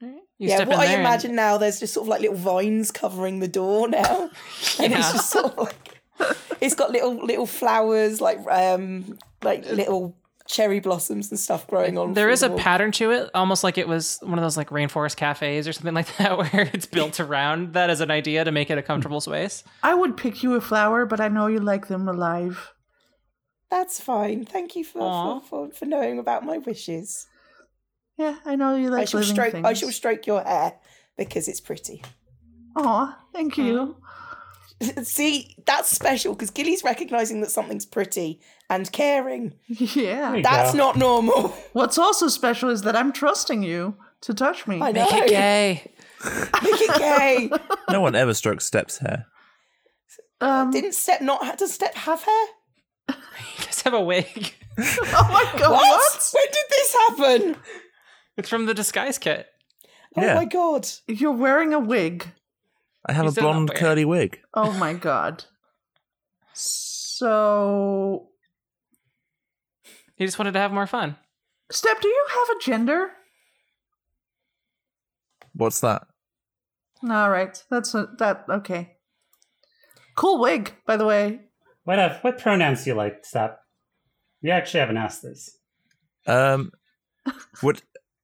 Speaker 1: You
Speaker 3: yeah,
Speaker 1: step
Speaker 3: what
Speaker 1: in
Speaker 3: I
Speaker 1: there and-
Speaker 3: imagine now, there's just sort of like little vines covering the door now, [LAUGHS] and it's
Speaker 1: Yeah.
Speaker 3: just sort of like it's got little little flowers, like um, like little cherry blossoms and stuff growing on.
Speaker 1: There
Speaker 3: through
Speaker 1: is
Speaker 3: the
Speaker 1: a
Speaker 3: wall.
Speaker 1: pattern to it, almost like it was one of those like rainforest cafes or something [LAUGHS] like that, where it's built around that as an idea to make it a comfortable space.
Speaker 5: I would pick you a flower, but I know you like them alive.
Speaker 3: That's fine. Thank you for,
Speaker 1: Aw.
Speaker 3: for, for, for knowing about my wishes.
Speaker 5: Yeah, I know you like
Speaker 3: I shall
Speaker 5: living
Speaker 3: stroke.
Speaker 5: things.
Speaker 3: I shall stroke your hair because it's pretty. [LAUGHS]
Speaker 5: Aw, thank you.
Speaker 3: See, that's special because Gilly's recognizing that something's pretty and caring.
Speaker 5: [LAUGHS] Yeah.
Speaker 2: Hey.
Speaker 3: That's
Speaker 2: Yeah.
Speaker 3: not
Speaker 5: [LAUGHS]
Speaker 3: normal.
Speaker 5: What's also special is that I'm trusting you to touch me.
Speaker 3: I know.
Speaker 1: Make it [LAUGHS] gay.
Speaker 3: Make it gay.
Speaker 4: No one ever strokes Step's hair.
Speaker 5: Um,
Speaker 3: Didn't Step not does Step have hair?
Speaker 1: Just have a wig.
Speaker 5: [LAUGHS] oh
Speaker 1: [LAUGHS]
Speaker 5: my
Speaker 3: [LAUGHS]
Speaker 5: god,
Speaker 3: What?
Speaker 5: what?
Speaker 3: When did this happen?
Speaker 1: It's from the disguise kit.
Speaker 3: Oh
Speaker 4: Yeah.
Speaker 3: my god.
Speaker 5: You're wearing a wig.
Speaker 4: I have
Speaker 1: You
Speaker 4: a
Speaker 1: still not
Speaker 4: blonde
Speaker 1: wear it.
Speaker 4: curly wig.
Speaker 5: Oh my god. So,
Speaker 1: He just wanted to have more fun.
Speaker 5: Step, do you have a gender?
Speaker 4: What's that?
Speaker 5: All right, that's a, that. Okay. Cool wig, by the way.
Speaker 2: What uh, what pronouns do you like, Step? You actually haven't asked this.
Speaker 4: Um, what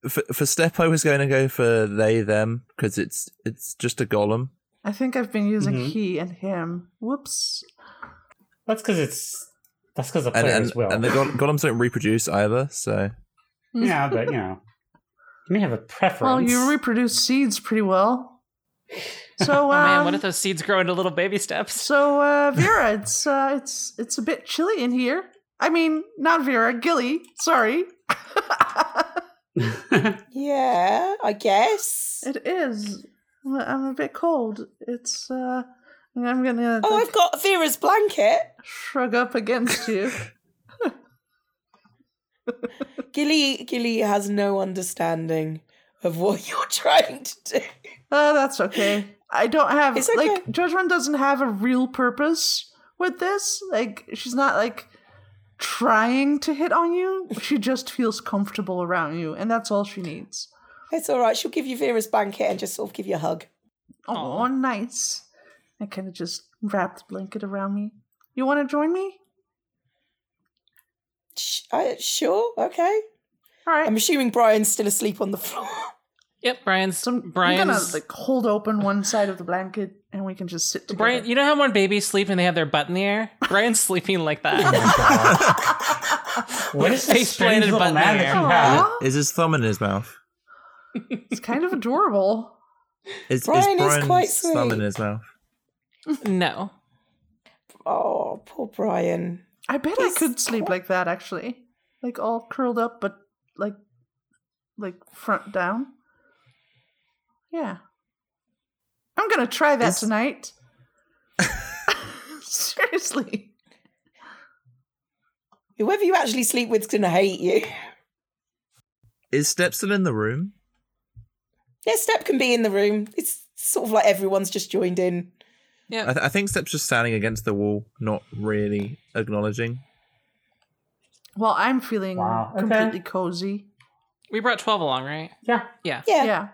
Speaker 4: for, for Step? I was going to go for they them because it's it's just a golem.
Speaker 5: I think I've been using
Speaker 1: Mm-hmm.
Speaker 2: Mhm.
Speaker 5: he and him. Whoops.
Speaker 2: That's because it's that's because the
Speaker 4: and
Speaker 2: players
Speaker 4: and,
Speaker 2: will.
Speaker 4: and the gol- golems don't reproduce either. So
Speaker 2: [LAUGHS] yeah, but you know, you may have a preference.
Speaker 5: Well, you reproduce seeds pretty well.
Speaker 1: [LAUGHS] Oh
Speaker 5: So, um,
Speaker 1: man, what if those seeds grow into little baby steps?
Speaker 5: so uh, Vera, it's uh, it's it's a bit chilly in here. I mean, not Vera, Gilly. Sorry. [LAUGHS]
Speaker 3: Yeah, I guess.
Speaker 5: It is. I'm I'm a bit cold. It's. uh I'm gonna
Speaker 3: Oh,
Speaker 5: like,
Speaker 3: I've got Vera's blanket.
Speaker 5: shrug up against you.
Speaker 3: Gilly Gilly has no understanding of what [LAUGHS] you're trying to do.
Speaker 5: Oh, that's okay. I don't have
Speaker 3: It's okay.
Speaker 5: like Judgment doesn't have a real purpose with this. Like she's not like trying to hit on you. She just feels comfortable around you, and that's all she needs.
Speaker 3: It's all right. She'll give you Vera's blanket and just sort of give you a hug.
Speaker 5: Oh, nice. I kind of just wrap the blanket around me. You want to join me?
Speaker 3: Sh- I, sure, okay.
Speaker 5: All right.
Speaker 3: I'm assuming Brian's still asleep on the floor. [LAUGHS]
Speaker 1: Yep, Brian's.
Speaker 5: so I'm,
Speaker 1: Brian's.
Speaker 5: I'm gonna like hold open one side of the blanket, and we can just sit together.
Speaker 1: Brian, you know how when babies sleep and they have their butt in the air? Brian's sleeping like
Speaker 2: [LAUGHS]
Speaker 1: that.
Speaker 2: [LAUGHS] what is
Speaker 1: Face
Speaker 2: this strange
Speaker 1: planted
Speaker 2: little
Speaker 1: button
Speaker 2: man that
Speaker 1: there.
Speaker 2: you have?
Speaker 5: Aw,
Speaker 4: [LAUGHS] is his thumb in his mouth?
Speaker 5: [LAUGHS] it's kind of adorable.
Speaker 4: Is,
Speaker 3: Brian is
Speaker 4: Brian's
Speaker 3: quite
Speaker 4: thumb in
Speaker 3: sweet.
Speaker 4: his mouth?
Speaker 1: no.
Speaker 3: oh, poor Brian.
Speaker 5: I bet
Speaker 3: It's
Speaker 5: I could sleep
Speaker 3: quite-
Speaker 5: like that actually. Like all curled up but like like front down. Yeah. I'm going to try that
Speaker 4: Is-
Speaker 5: tonight. [LAUGHS] Seriously.
Speaker 3: Whoever you actually sleep with's gonna hate you.
Speaker 4: Is Step still in the room?
Speaker 3: Yeah, Step can be in the room. It's sort of like everyone's just joined in.
Speaker 1: Yep.
Speaker 4: I, th- I think Step's just standing against the wall, not really acknowledging.
Speaker 5: Well, I'm feeling
Speaker 2: Wow, okay.
Speaker 5: completely cozy.
Speaker 1: we brought 12 along, right?
Speaker 2: Yeah.
Speaker 1: Yeah.
Speaker 3: Yeah.
Speaker 5: Yeah.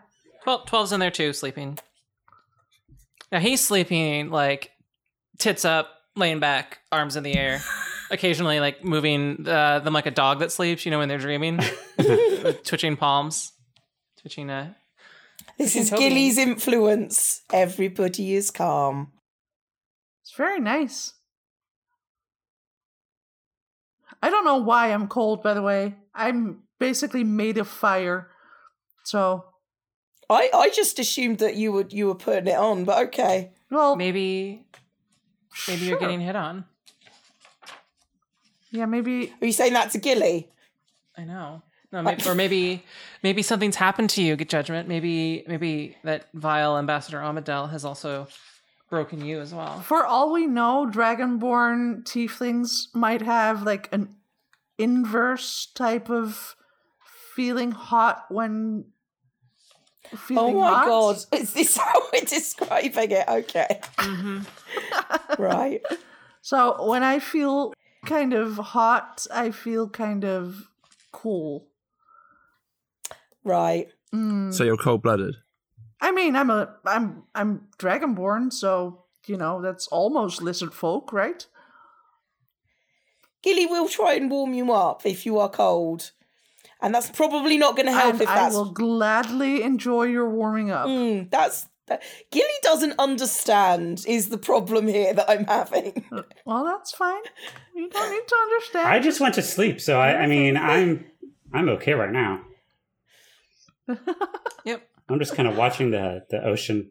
Speaker 1: 12, 12's in there too, sleeping. Now he's sleeping like tits up, laying back, arms in the
Speaker 5: [LAUGHS]
Speaker 1: air, occasionally like moving uh, them like a dog that sleeps, you know, when they're dreaming, with twitching palms, twitching. Uh...
Speaker 3: This is
Speaker 1: Toby.
Speaker 3: Gilly's influence. Everybody is calm.
Speaker 5: It's very nice. I don't know why I'm cold by the way. I'm basically made of fire. So,
Speaker 3: I, I just assumed that you would you were putting it on, but okay.
Speaker 5: well,
Speaker 1: Maybe, maybe you're
Speaker 5: sure.
Speaker 1: getting hit on.
Speaker 5: Yeah, maybe
Speaker 3: Are you saying that to Gilly?
Speaker 1: I know. No, maybe, or maybe, maybe something's happened to you. Good judgment. Maybe, maybe that vile ambassador Amadel has also broken you as well.
Speaker 5: For all we know, dragonborn tieflings might have like an inverse type of feeling hot when
Speaker 3: Oh
Speaker 5: feeling
Speaker 3: my
Speaker 5: hot.
Speaker 3: god. [LAUGHS] Is this how we're describing it? Okay.
Speaker 1: Mm-hmm.
Speaker 3: Right.
Speaker 5: So when I feel kind of hot, I feel kind of cool.
Speaker 3: right.
Speaker 5: Mm.
Speaker 4: So you're cold blooded.
Speaker 5: I mean, I'm a I'm I'm dragonborn, so you know that's almost lizard folk, right?
Speaker 3: Gilly will try and warm you up if you are cold. And that's probably not going to help
Speaker 5: And
Speaker 3: if
Speaker 5: I
Speaker 3: that's.
Speaker 5: will gladly enjoy your warming up.
Speaker 3: Mm, that's. That, Gilly doesn't understand, is the problem here that I'm having.
Speaker 5: Well, that's fine. You don't need to understand.
Speaker 2: I just went to sleep, so I, I mean, I'm I'm okay right
Speaker 5: [LAUGHS]
Speaker 2: now.
Speaker 1: Yep.
Speaker 2: I'm just kind of watching the the ocean.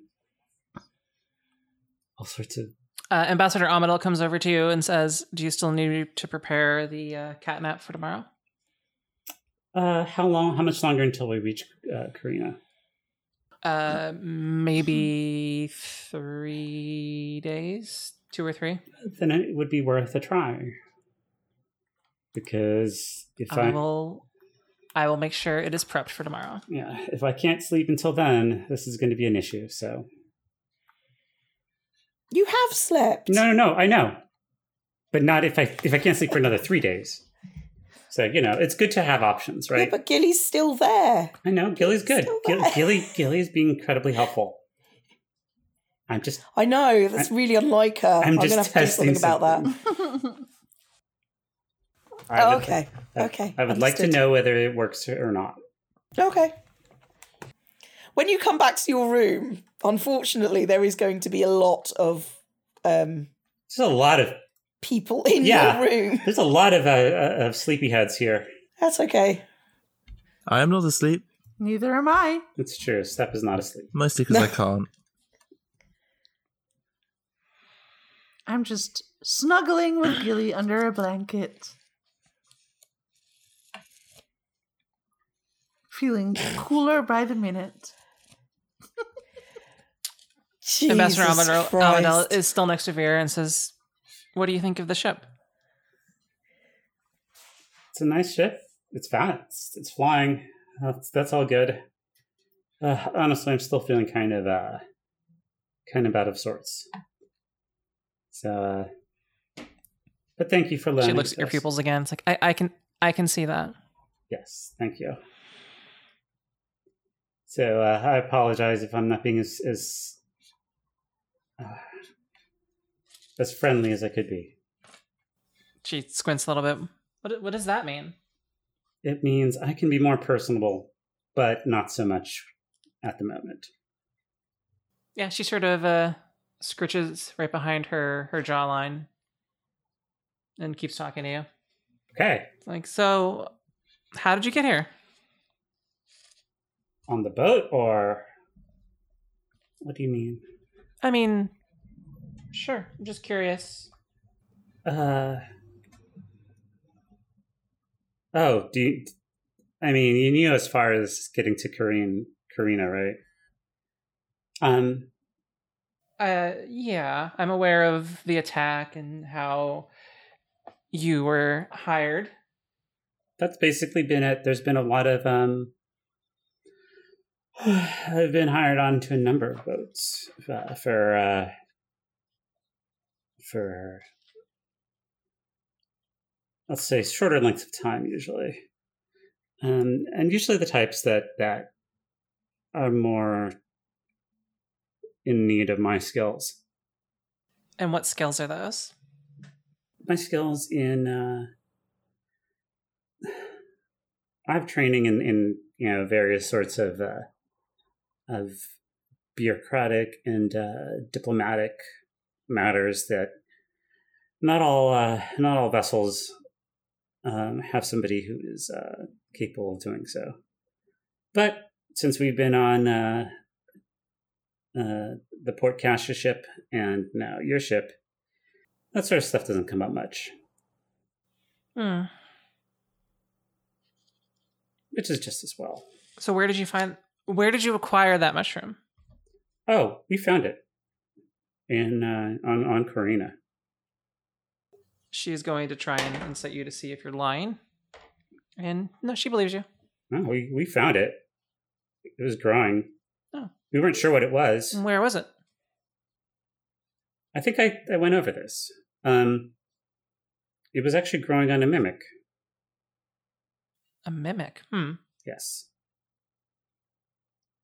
Speaker 2: All sorts of.
Speaker 1: Uh, Ambassador Amadel comes over to you and says, "Do you still need me to prepare the uh, catnap for tomorrow?"
Speaker 2: Uh, how long? How much longer until we reach uh, Karina?
Speaker 1: Uh, maybe three days, two or three.
Speaker 2: Then it would be worth a try. Because if
Speaker 1: I
Speaker 2: I,
Speaker 1: will. I will make sure it is prepped for tomorrow.
Speaker 2: yeah, if I can't sleep until then, this is going to be an issue. So
Speaker 3: You have slept.
Speaker 2: no, no, no. I know, but not if I if I can't sleep for another three days. So you know, it's good to have options,
Speaker 3: Yeah,
Speaker 2: right?
Speaker 3: but Gilly's still there.
Speaker 2: I know Gilly's good.
Speaker 3: Still
Speaker 2: Gil,
Speaker 3: there.
Speaker 2: Gilly Gilly is being incredibly helpful. I'm just
Speaker 3: I know, that's really unlike her.
Speaker 2: I'm
Speaker 3: I'm,
Speaker 2: just
Speaker 3: going to have to do
Speaker 2: testing
Speaker 3: something about that.
Speaker 2: I
Speaker 3: Oh,
Speaker 2: would-
Speaker 3: okay.
Speaker 2: I-
Speaker 3: Okay.
Speaker 2: I would like to
Speaker 3: Understood.
Speaker 2: know whether it works or not.
Speaker 3: Okay. When you come back to your room, unfortunately, there is going to be a lot of um,
Speaker 2: There's a lot of
Speaker 3: people in
Speaker 2: Yeah.
Speaker 3: your room.
Speaker 2: there's a lot of uh, uh, of sleepyheads here.
Speaker 3: That's okay.
Speaker 4: I am not asleep,
Speaker 5: Neither am I.
Speaker 2: It's true. Step is not asleep.
Speaker 4: mostly
Speaker 3: [LAUGHS]
Speaker 4: because I can't.
Speaker 5: I'm just snuggling with Gilly under a blanket. Feeling cooler by the minute.
Speaker 3: Jesus
Speaker 1: Ambassador Amadel, Amadel
Speaker 3: Christ.
Speaker 1: is still next to Vera and says, "What do you think of the ship?"
Speaker 2: It's a nice ship. It's fast. It's flying. That's, that's all good. Uh, honestly, I'm still feeling kind of uh, kind of out of sorts. So, uh, but thank you for letting.
Speaker 1: She looks at your pupils again. It's like I, I can, I can see that.
Speaker 2: Yes, thank you. So uh, I apologize if I'm not being as as uh, as friendly as I could be.
Speaker 1: She squints a little bit. What, what does that mean?
Speaker 2: It means I can be more personable, but not so much at the moment.
Speaker 1: Yeah, she sort of uh, scritches right behind her her jawline and keeps talking to you.
Speaker 2: Okay,
Speaker 1: Like, so, how did you get here?
Speaker 2: on the boat or what do you mean?
Speaker 1: I mean, sure. I'm just curious.
Speaker 2: Uh Oh, do you I mean, you knew as far as getting to Korean Karina, right? Um
Speaker 1: Uh, yeah, I'm aware of the attack and how you were hired.
Speaker 2: that's basically been it. There's been a lot of um [SIGHS] I've been hired on to a number of boats uh, for uh for let's say shorter lengths of time usually. Um and usually the types that that are more in need of my skills.
Speaker 1: And what skills are those?
Speaker 2: my skills in uh I have training in in you know various sorts of uh of bureaucratic and uh diplomatic matters that not all uh not all vessels um have somebody who is uh capable of doing so. But since we've been on uh uh the Port Cassia ship and now your ship, that sort of stuff doesn't come up much,
Speaker 1: Hmm.
Speaker 2: which is just as well.
Speaker 1: So, where did you find? Where did you acquire that mushroom?
Speaker 2: Oh, we found it in uh, on on Karina.
Speaker 1: She's going to try and, and set you to see if you're lying. And no, she believes you.
Speaker 2: No, Oh, we we found it. It was growing.
Speaker 1: Oh. Mm.
Speaker 2: We weren't sure what it was.
Speaker 1: And Where was it?
Speaker 2: I think I, I went over this. Um, it was actually growing on a mimic.
Speaker 1: A mimic. Hmm.
Speaker 2: Yes.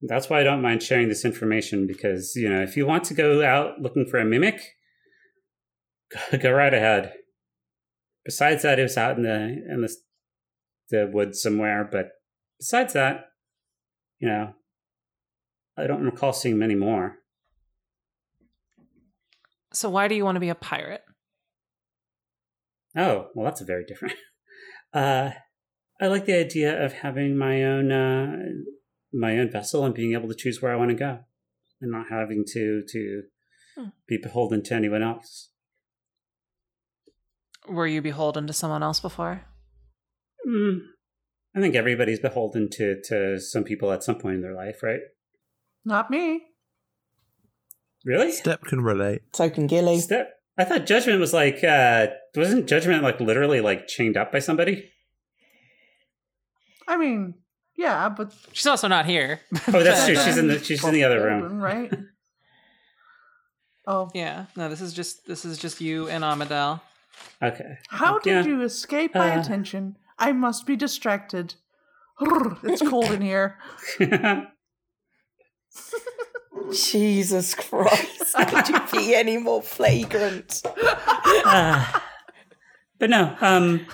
Speaker 2: That's why I don't mind sharing this information because you know if you [LAUGHS] want to go out looking for a mimic, go right ahead. besides that, it was out in the in the the woods somewhere. But besides that, you know, I don't recall seeing many more.
Speaker 1: So why do you want to be a pirate?
Speaker 2: Oh, well, that's very different. [LAUGHS] Uh, I like the idea of having my own uh, my own vessel and being able to choose where I want to go, and not having to to
Speaker 1: Hmm.
Speaker 2: be beholden to anyone else.
Speaker 1: Were you beholden to someone else before?
Speaker 2: Mm. I think everybody's beholden to to some people at some point in their life, right?
Speaker 5: Not me.
Speaker 2: Really?
Speaker 4: Step can relate.
Speaker 3: Token Gilly.
Speaker 2: Step. I thought judgment was like uh wasn't judgment like literally like chained up by somebody?
Speaker 5: I mean, yeah, but
Speaker 1: She's also not [LAUGHS] here.
Speaker 2: Oh, that's true. She's in the she's in the
Speaker 5: [LAUGHS]
Speaker 2: other room.
Speaker 5: right? Oh,
Speaker 1: Yeah. No, this is just this is just you and Amadel.
Speaker 2: Okay. [LAUGHS]
Speaker 5: how did
Speaker 2: Yeah.
Speaker 5: you escape my
Speaker 2: Uh.
Speaker 5: attention? I must be distracted. Brr, It's cold in
Speaker 2: [CLEARS THROAT]
Speaker 5: here.
Speaker 3: Jesus Christ. [LAUGHS] Could you be any more flagrant?
Speaker 2: Uh, but no, um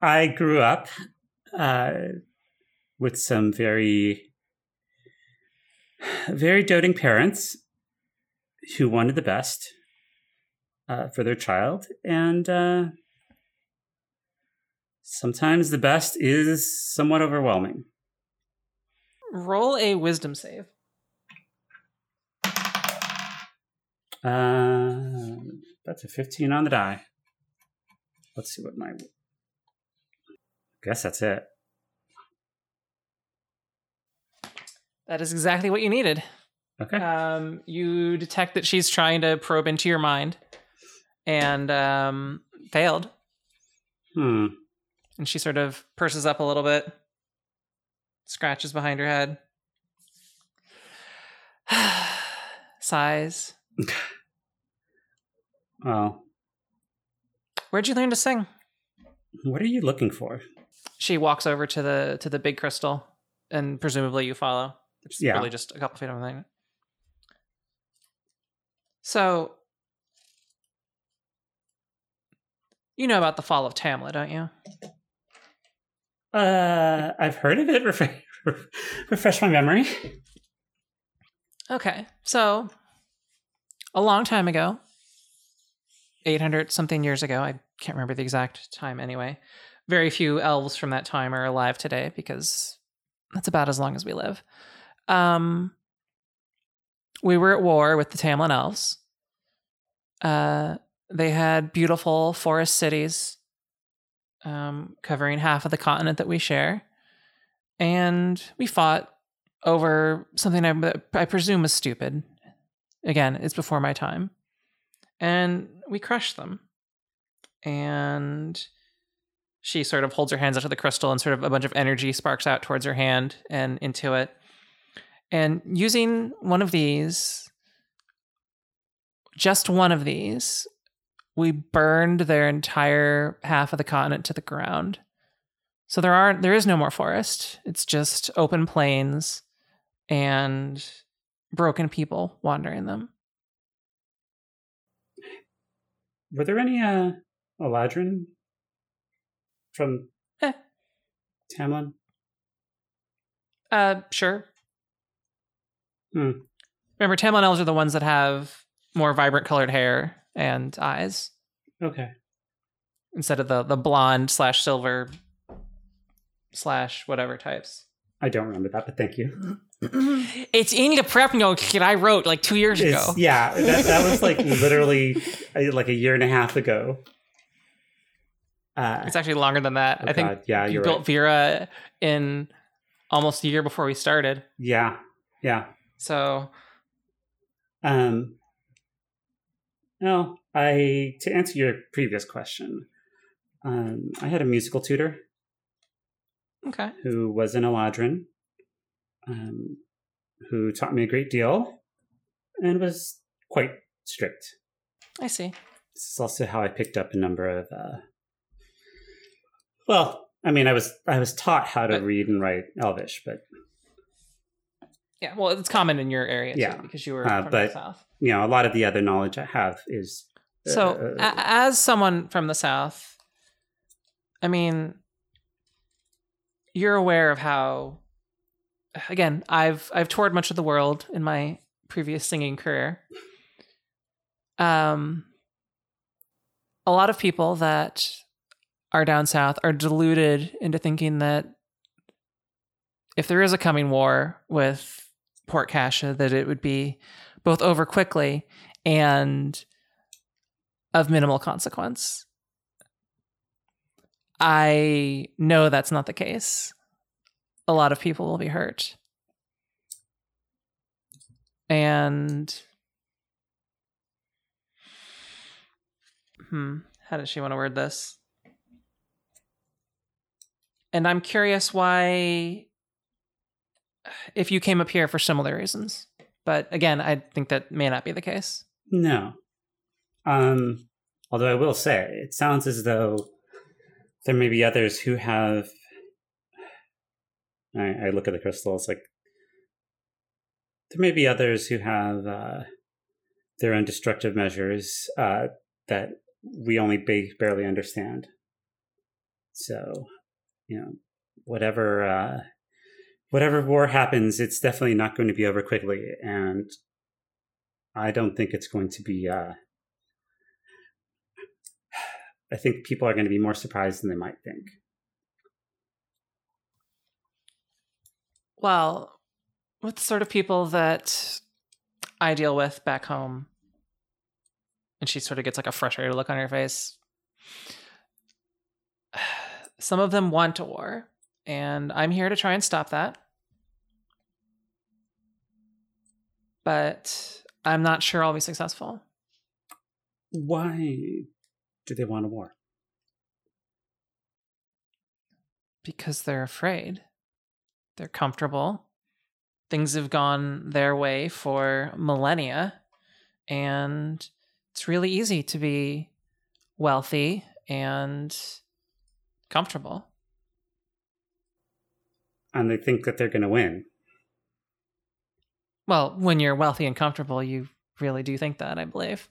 Speaker 2: I grew up uh with some very very doting parents who wanted the best uh, for their child and uh sometimes the best is somewhat overwhelming.
Speaker 1: Roll a wisdom save.
Speaker 2: Uh, that's a 15 on the die. Let's see what my. guess that's it.
Speaker 1: That is exactly what you needed.
Speaker 2: Okay.
Speaker 1: Um, you detect that she's trying to probe into your mind, and um, failed.
Speaker 2: hmm.
Speaker 1: And she sort of purses up a little bit, scratches behind her head, [SIGHS] sighs.
Speaker 2: Well,
Speaker 1: Where'd you learn to sing?
Speaker 2: what are you looking for?
Speaker 1: She walks over to the to the big crystal, and presumably you follow. It's
Speaker 2: Yeah.
Speaker 1: really just a couple feet over there. So, you know about the fall of Tamla, don't you?
Speaker 2: Uh, I've heard of it. [LAUGHS] Refresh, refresh my memory.
Speaker 1: Okay, so a long time ago, 800 something years ago, I can't remember the exact time anyway. Very few elves from that time are alive today because that's about as long as we live. Um, we were at war with the Tamlin elves. Uh, they had beautiful forest cities um, covering half of the continent that we share. And we fought over something I, I presume is stupid. Again, it's before my time. And we crushed them. And she sort of holds her hands out to the crystal, and sort of a bunch of energy sparks out towards her hand and into it. And using one of these, just one of these, we burned their entire half of the continent to the ground. So there are there is no more forest. It's just open plains and broken people wandering them.
Speaker 2: Were there any uh, Eladrin from
Speaker 1: Eh.
Speaker 2: Tamlin?
Speaker 1: Uh sure.
Speaker 2: Hmm.
Speaker 1: Remember Tamlin elves are the ones that have more vibrant colored hair and eyes
Speaker 2: Okay.
Speaker 1: instead of the the blonde slash silver slash whatever types.
Speaker 2: I don't remember that, but thank you.
Speaker 1: It's in the prep notes that I wrote like two years
Speaker 2: It's-
Speaker 1: ago.
Speaker 2: yeah, that, that
Speaker 1: [LAUGHS]
Speaker 2: was like literally uh, like a year and a half ago. Uh,
Speaker 1: It's actually longer than that.
Speaker 2: oh
Speaker 1: I think
Speaker 2: God, yeah,
Speaker 1: you
Speaker 2: you're
Speaker 1: built
Speaker 2: right.
Speaker 1: Vera in almost a year before we started.
Speaker 2: Yeah, yeah.
Speaker 1: So
Speaker 2: Um, no, I to answer your previous question, um, I had a musical tutor
Speaker 1: okay.
Speaker 2: who was an Eladrin, um, who taught me a great deal, and was quite strict.
Speaker 1: I see.
Speaker 2: This is also how I picked up a number of. Uh, well, I mean, I was I was taught how to
Speaker 1: But-
Speaker 2: read and write Elvish, but
Speaker 1: Yeah, well, it's common in your area,
Speaker 2: Yeah.
Speaker 1: too, because you were
Speaker 2: Uh,
Speaker 1: from
Speaker 2: but-
Speaker 1: the south.
Speaker 2: you know, a lot of the other knowledge I have is uh,
Speaker 1: So, a- as someone from the South, I mean, you're aware of how. Again, I've I've toured much of the world in my previous singing career. Um, a lot of people that are down south are deluded into thinking that if there is a coming war with Port Cassia, that it would be both over quickly and of minimal consequence. I know that's not the case. A lot of people will be hurt. And hmm, how does she want to word this? And I'm curious why if you came up here for similar reasons. But again, I think that may not be the case.
Speaker 2: No. Um, although I will say, it sounds as though there may be others who have. I, I look at the crystals like there may be others who have uh, their own destructive measures uh, that we only ba- barely understand. So, you know, whatever uh, whatever war happens, it's definitely not going to be over quickly, and I don't think it's going to be. Uh, I think people are going to be more surprised than they might think.
Speaker 1: Well, with the sort of people that I deal with back home, and she sort of gets like a frustrated look on her face. [SIGHS] Some of them want a war, and I'm here to try and stop that. But I'm not sure I'll be successful.
Speaker 2: Why do they want a war?
Speaker 1: because they're afraid. They're comfortable. Things have gone their way for millennia. And it's really easy to be wealthy and comfortable.
Speaker 2: And they think that they're going to win.
Speaker 1: Well, when you're wealthy and comfortable, you really do think that, I believe.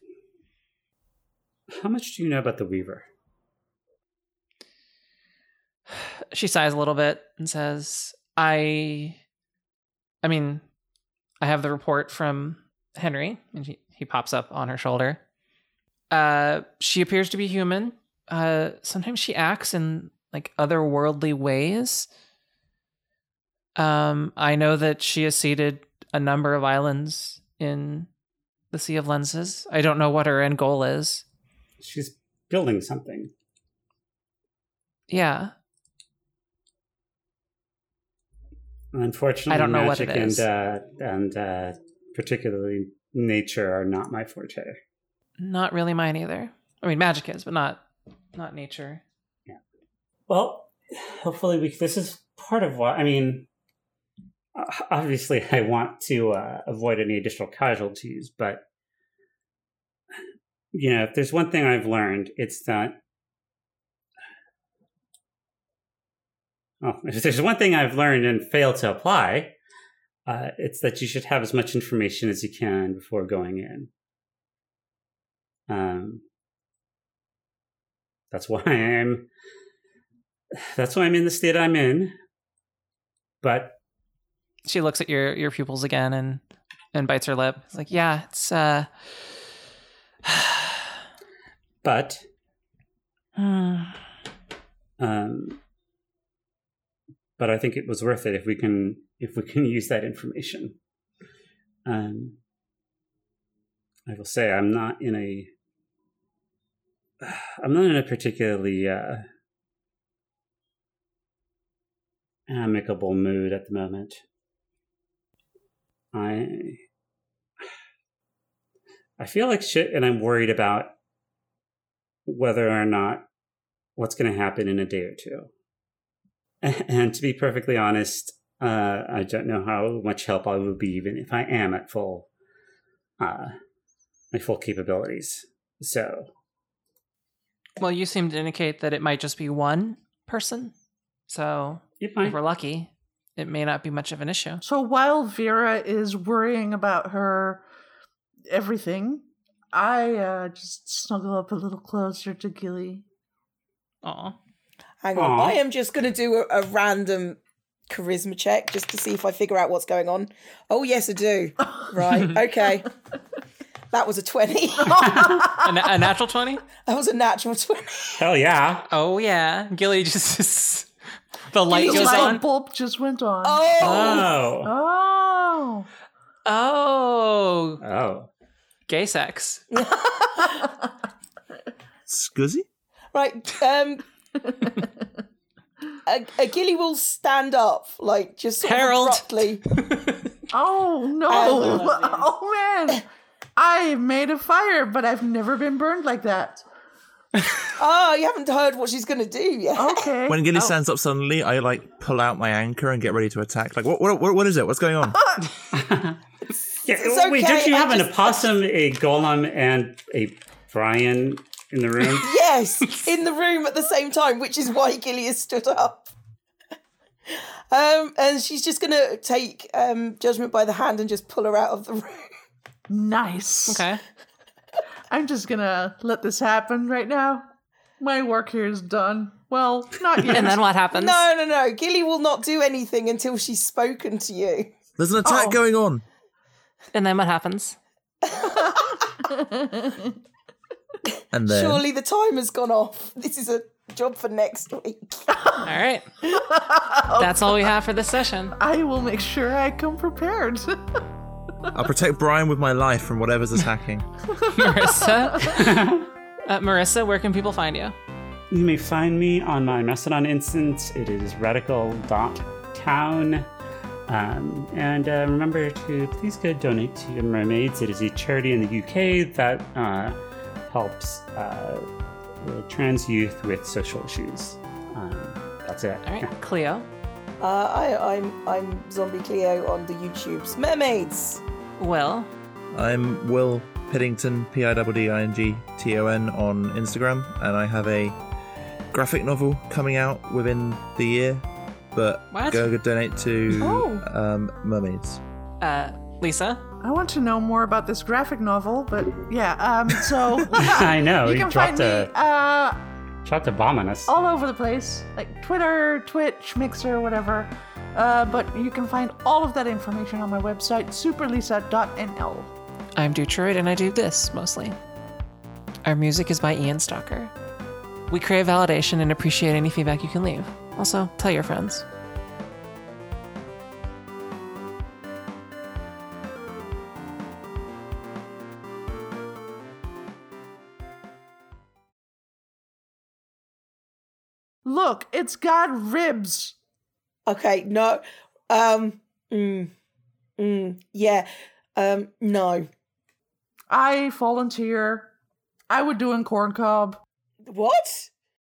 Speaker 2: How much do you know about the Weaver?
Speaker 1: She sighs a little bit and says, "I, I mean, I have the report from Henry." And he, he pops up on her shoulder. Uh, she appears to be human. Uh, sometimes she acts in like otherworldly ways. Um, I know that she has ceded a number of islands in the Sea of Lenses. I don't know what her end goal is.
Speaker 2: She's building something.
Speaker 1: Yeah.
Speaker 2: Unfortunately,
Speaker 1: I don't know what
Speaker 2: magic
Speaker 1: it is.
Speaker 2: and uh, and uh, particularly nature are not my forte.
Speaker 1: Not really mine either. I mean, magic is, but not not nature.
Speaker 2: Well, hopefully we. This is part of why. I mean, o- obviously, I want to uh, avoid any additional casualties, but you know, if there's one thing I've learned, it's that. Well, if there's one thing I've learned and failed to apply, uh, it's that you should have as much information as you can before going in. Um, that's why I'm that's why I'm in the state I'm in. But
Speaker 1: She looks at your your pupils again and and bites her lip. It's like, yeah, it's uh [SIGHS]
Speaker 2: but
Speaker 1: hmm.
Speaker 2: um but I think it was worth it if we can if we can [LAUGHS] use that information. Um I will say I'm not in a [SIGHS] I'm not in a particularly uh amicable mood at the moment. I [SIGHS] I feel like shit and I'm worried about whether or not what's going to happen in a day or two. [LAUGHS] And to be perfectly honest, uh, I don't know how much help I will be even if I am at full uh, my full capabilities. So
Speaker 1: Well, you seem to indicate that it might just be one person. So
Speaker 2: it
Speaker 1: if
Speaker 2: might
Speaker 1: we're lucky, it may not be much of an issue.
Speaker 5: So while Vera is worrying about her everything, I uh, just snuggle up a little closer to Gilly.
Speaker 6: Aw.
Speaker 3: Hang on.
Speaker 2: Aw.
Speaker 3: I am just going to do a, a random charisma check just to see if I figure out what's going on. Oh, yes, I do. Right. Okay. That was a 20.
Speaker 1: A, na- a natural 20?
Speaker 3: That was a natural 20.
Speaker 2: Hell yeah.
Speaker 1: Oh, yeah. Gilly [LAUGHS] just. the light
Speaker 3: Gilly's
Speaker 1: goes
Speaker 3: like-
Speaker 1: on.
Speaker 5: Light bulb just went on.
Speaker 3: Oh,
Speaker 2: Oh.
Speaker 5: Oh.
Speaker 1: Oh,
Speaker 2: Oh.
Speaker 1: gay sex.
Speaker 4: Scuzzy?
Speaker 3: right. Um, a, a gilly will stand up, like just sort
Speaker 1: Harold.
Speaker 3: of abruptly.
Speaker 5: Oh no! [LAUGHS] oh man, I made a fire, but I've never been burned like that.
Speaker 3: Oh, you haven't heard what she's going to do yet.
Speaker 5: Okay.
Speaker 4: When
Speaker 3: Oh.
Speaker 4: Gilly stands up suddenly, I like pull out my anchor and get ready to attack. Like, what? What? What, what is it? What's going on?
Speaker 2: Yeah,
Speaker 3: It's
Speaker 2: wait,
Speaker 3: okay,
Speaker 2: don't you
Speaker 3: I
Speaker 2: have an
Speaker 3: just-
Speaker 2: opossum, a golem, and a Brian in the
Speaker 3: [LAUGHS]
Speaker 2: room?
Speaker 3: Yes, in the room at the same time, which is why Gilly has stood up. Um, and she's just going to take um, Judgment by the hand and just pull her out of the room. [LAUGHS]
Speaker 5: nice.
Speaker 1: Okay.
Speaker 5: I'm just gonna let this happen right now. My work here is done. Well, not yet.
Speaker 1: [LAUGHS] And then what happens?
Speaker 3: No, no, no. Gilly will not do anything until she's spoken to you.
Speaker 4: There's an attack
Speaker 5: Oh.
Speaker 4: going on.
Speaker 1: And then what happens?
Speaker 4: And then
Speaker 3: Surely the time has gone off. This is a job for next week. [LAUGHS] Uh,
Speaker 1: All [LAUGHS] right. That's all we have for this session.
Speaker 5: I will make sure I come prepared. [LAUGHS]
Speaker 4: I'll protect Brian with my life from whatever's
Speaker 5: [LAUGHS]
Speaker 4: attacking.
Speaker 1: Marissa. [LAUGHS] Uh, Marissa, where can people find you?
Speaker 2: You may find me on my Mastodon instance. It is radical.town. Um, and uh, remember to please go donate to your mermaids. It is a charity in the UK that uh, helps uh, trans youth with social issues. Um, that's it.
Speaker 1: All right, Cleo.
Speaker 3: Uh, I, I'm I'm Zombie Cleo on the YouTube's Mermaids.
Speaker 1: Will.
Speaker 4: I'm Will Piddington, P I D D I N G T O N, on Instagram, and I have a graphic novel coming out within the year. But
Speaker 1: What?
Speaker 4: go donate to
Speaker 5: Oh.
Speaker 4: um, mermaids.
Speaker 1: Uh, Lisa.
Speaker 5: I want to know more about this graphic novel, but yeah. Um. So
Speaker 2: [LAUGHS] [LAUGHS]
Speaker 5: [LAUGHS]
Speaker 2: I know,
Speaker 5: you
Speaker 2: you
Speaker 5: can
Speaker 2: dropped
Speaker 5: find me.
Speaker 2: a-
Speaker 5: Uh. Oh,
Speaker 2: Shout to bomb on us.
Speaker 5: all over the place, like Twitter, Twitch, Mixer, whatever. Uh, but you can find all of that information on my website, superlisa.nl.
Speaker 1: I'm Detroit, and I do this mostly. Our music is by Ian Stalker. We crave validation and appreciate any feedback you can leave. Also, tell your friends.
Speaker 5: Look, it's got ribs.
Speaker 3: Okay, no. Um. Mm, mm, yeah. Um. No.
Speaker 5: I volunteer. I would do in corn cob.
Speaker 3: What?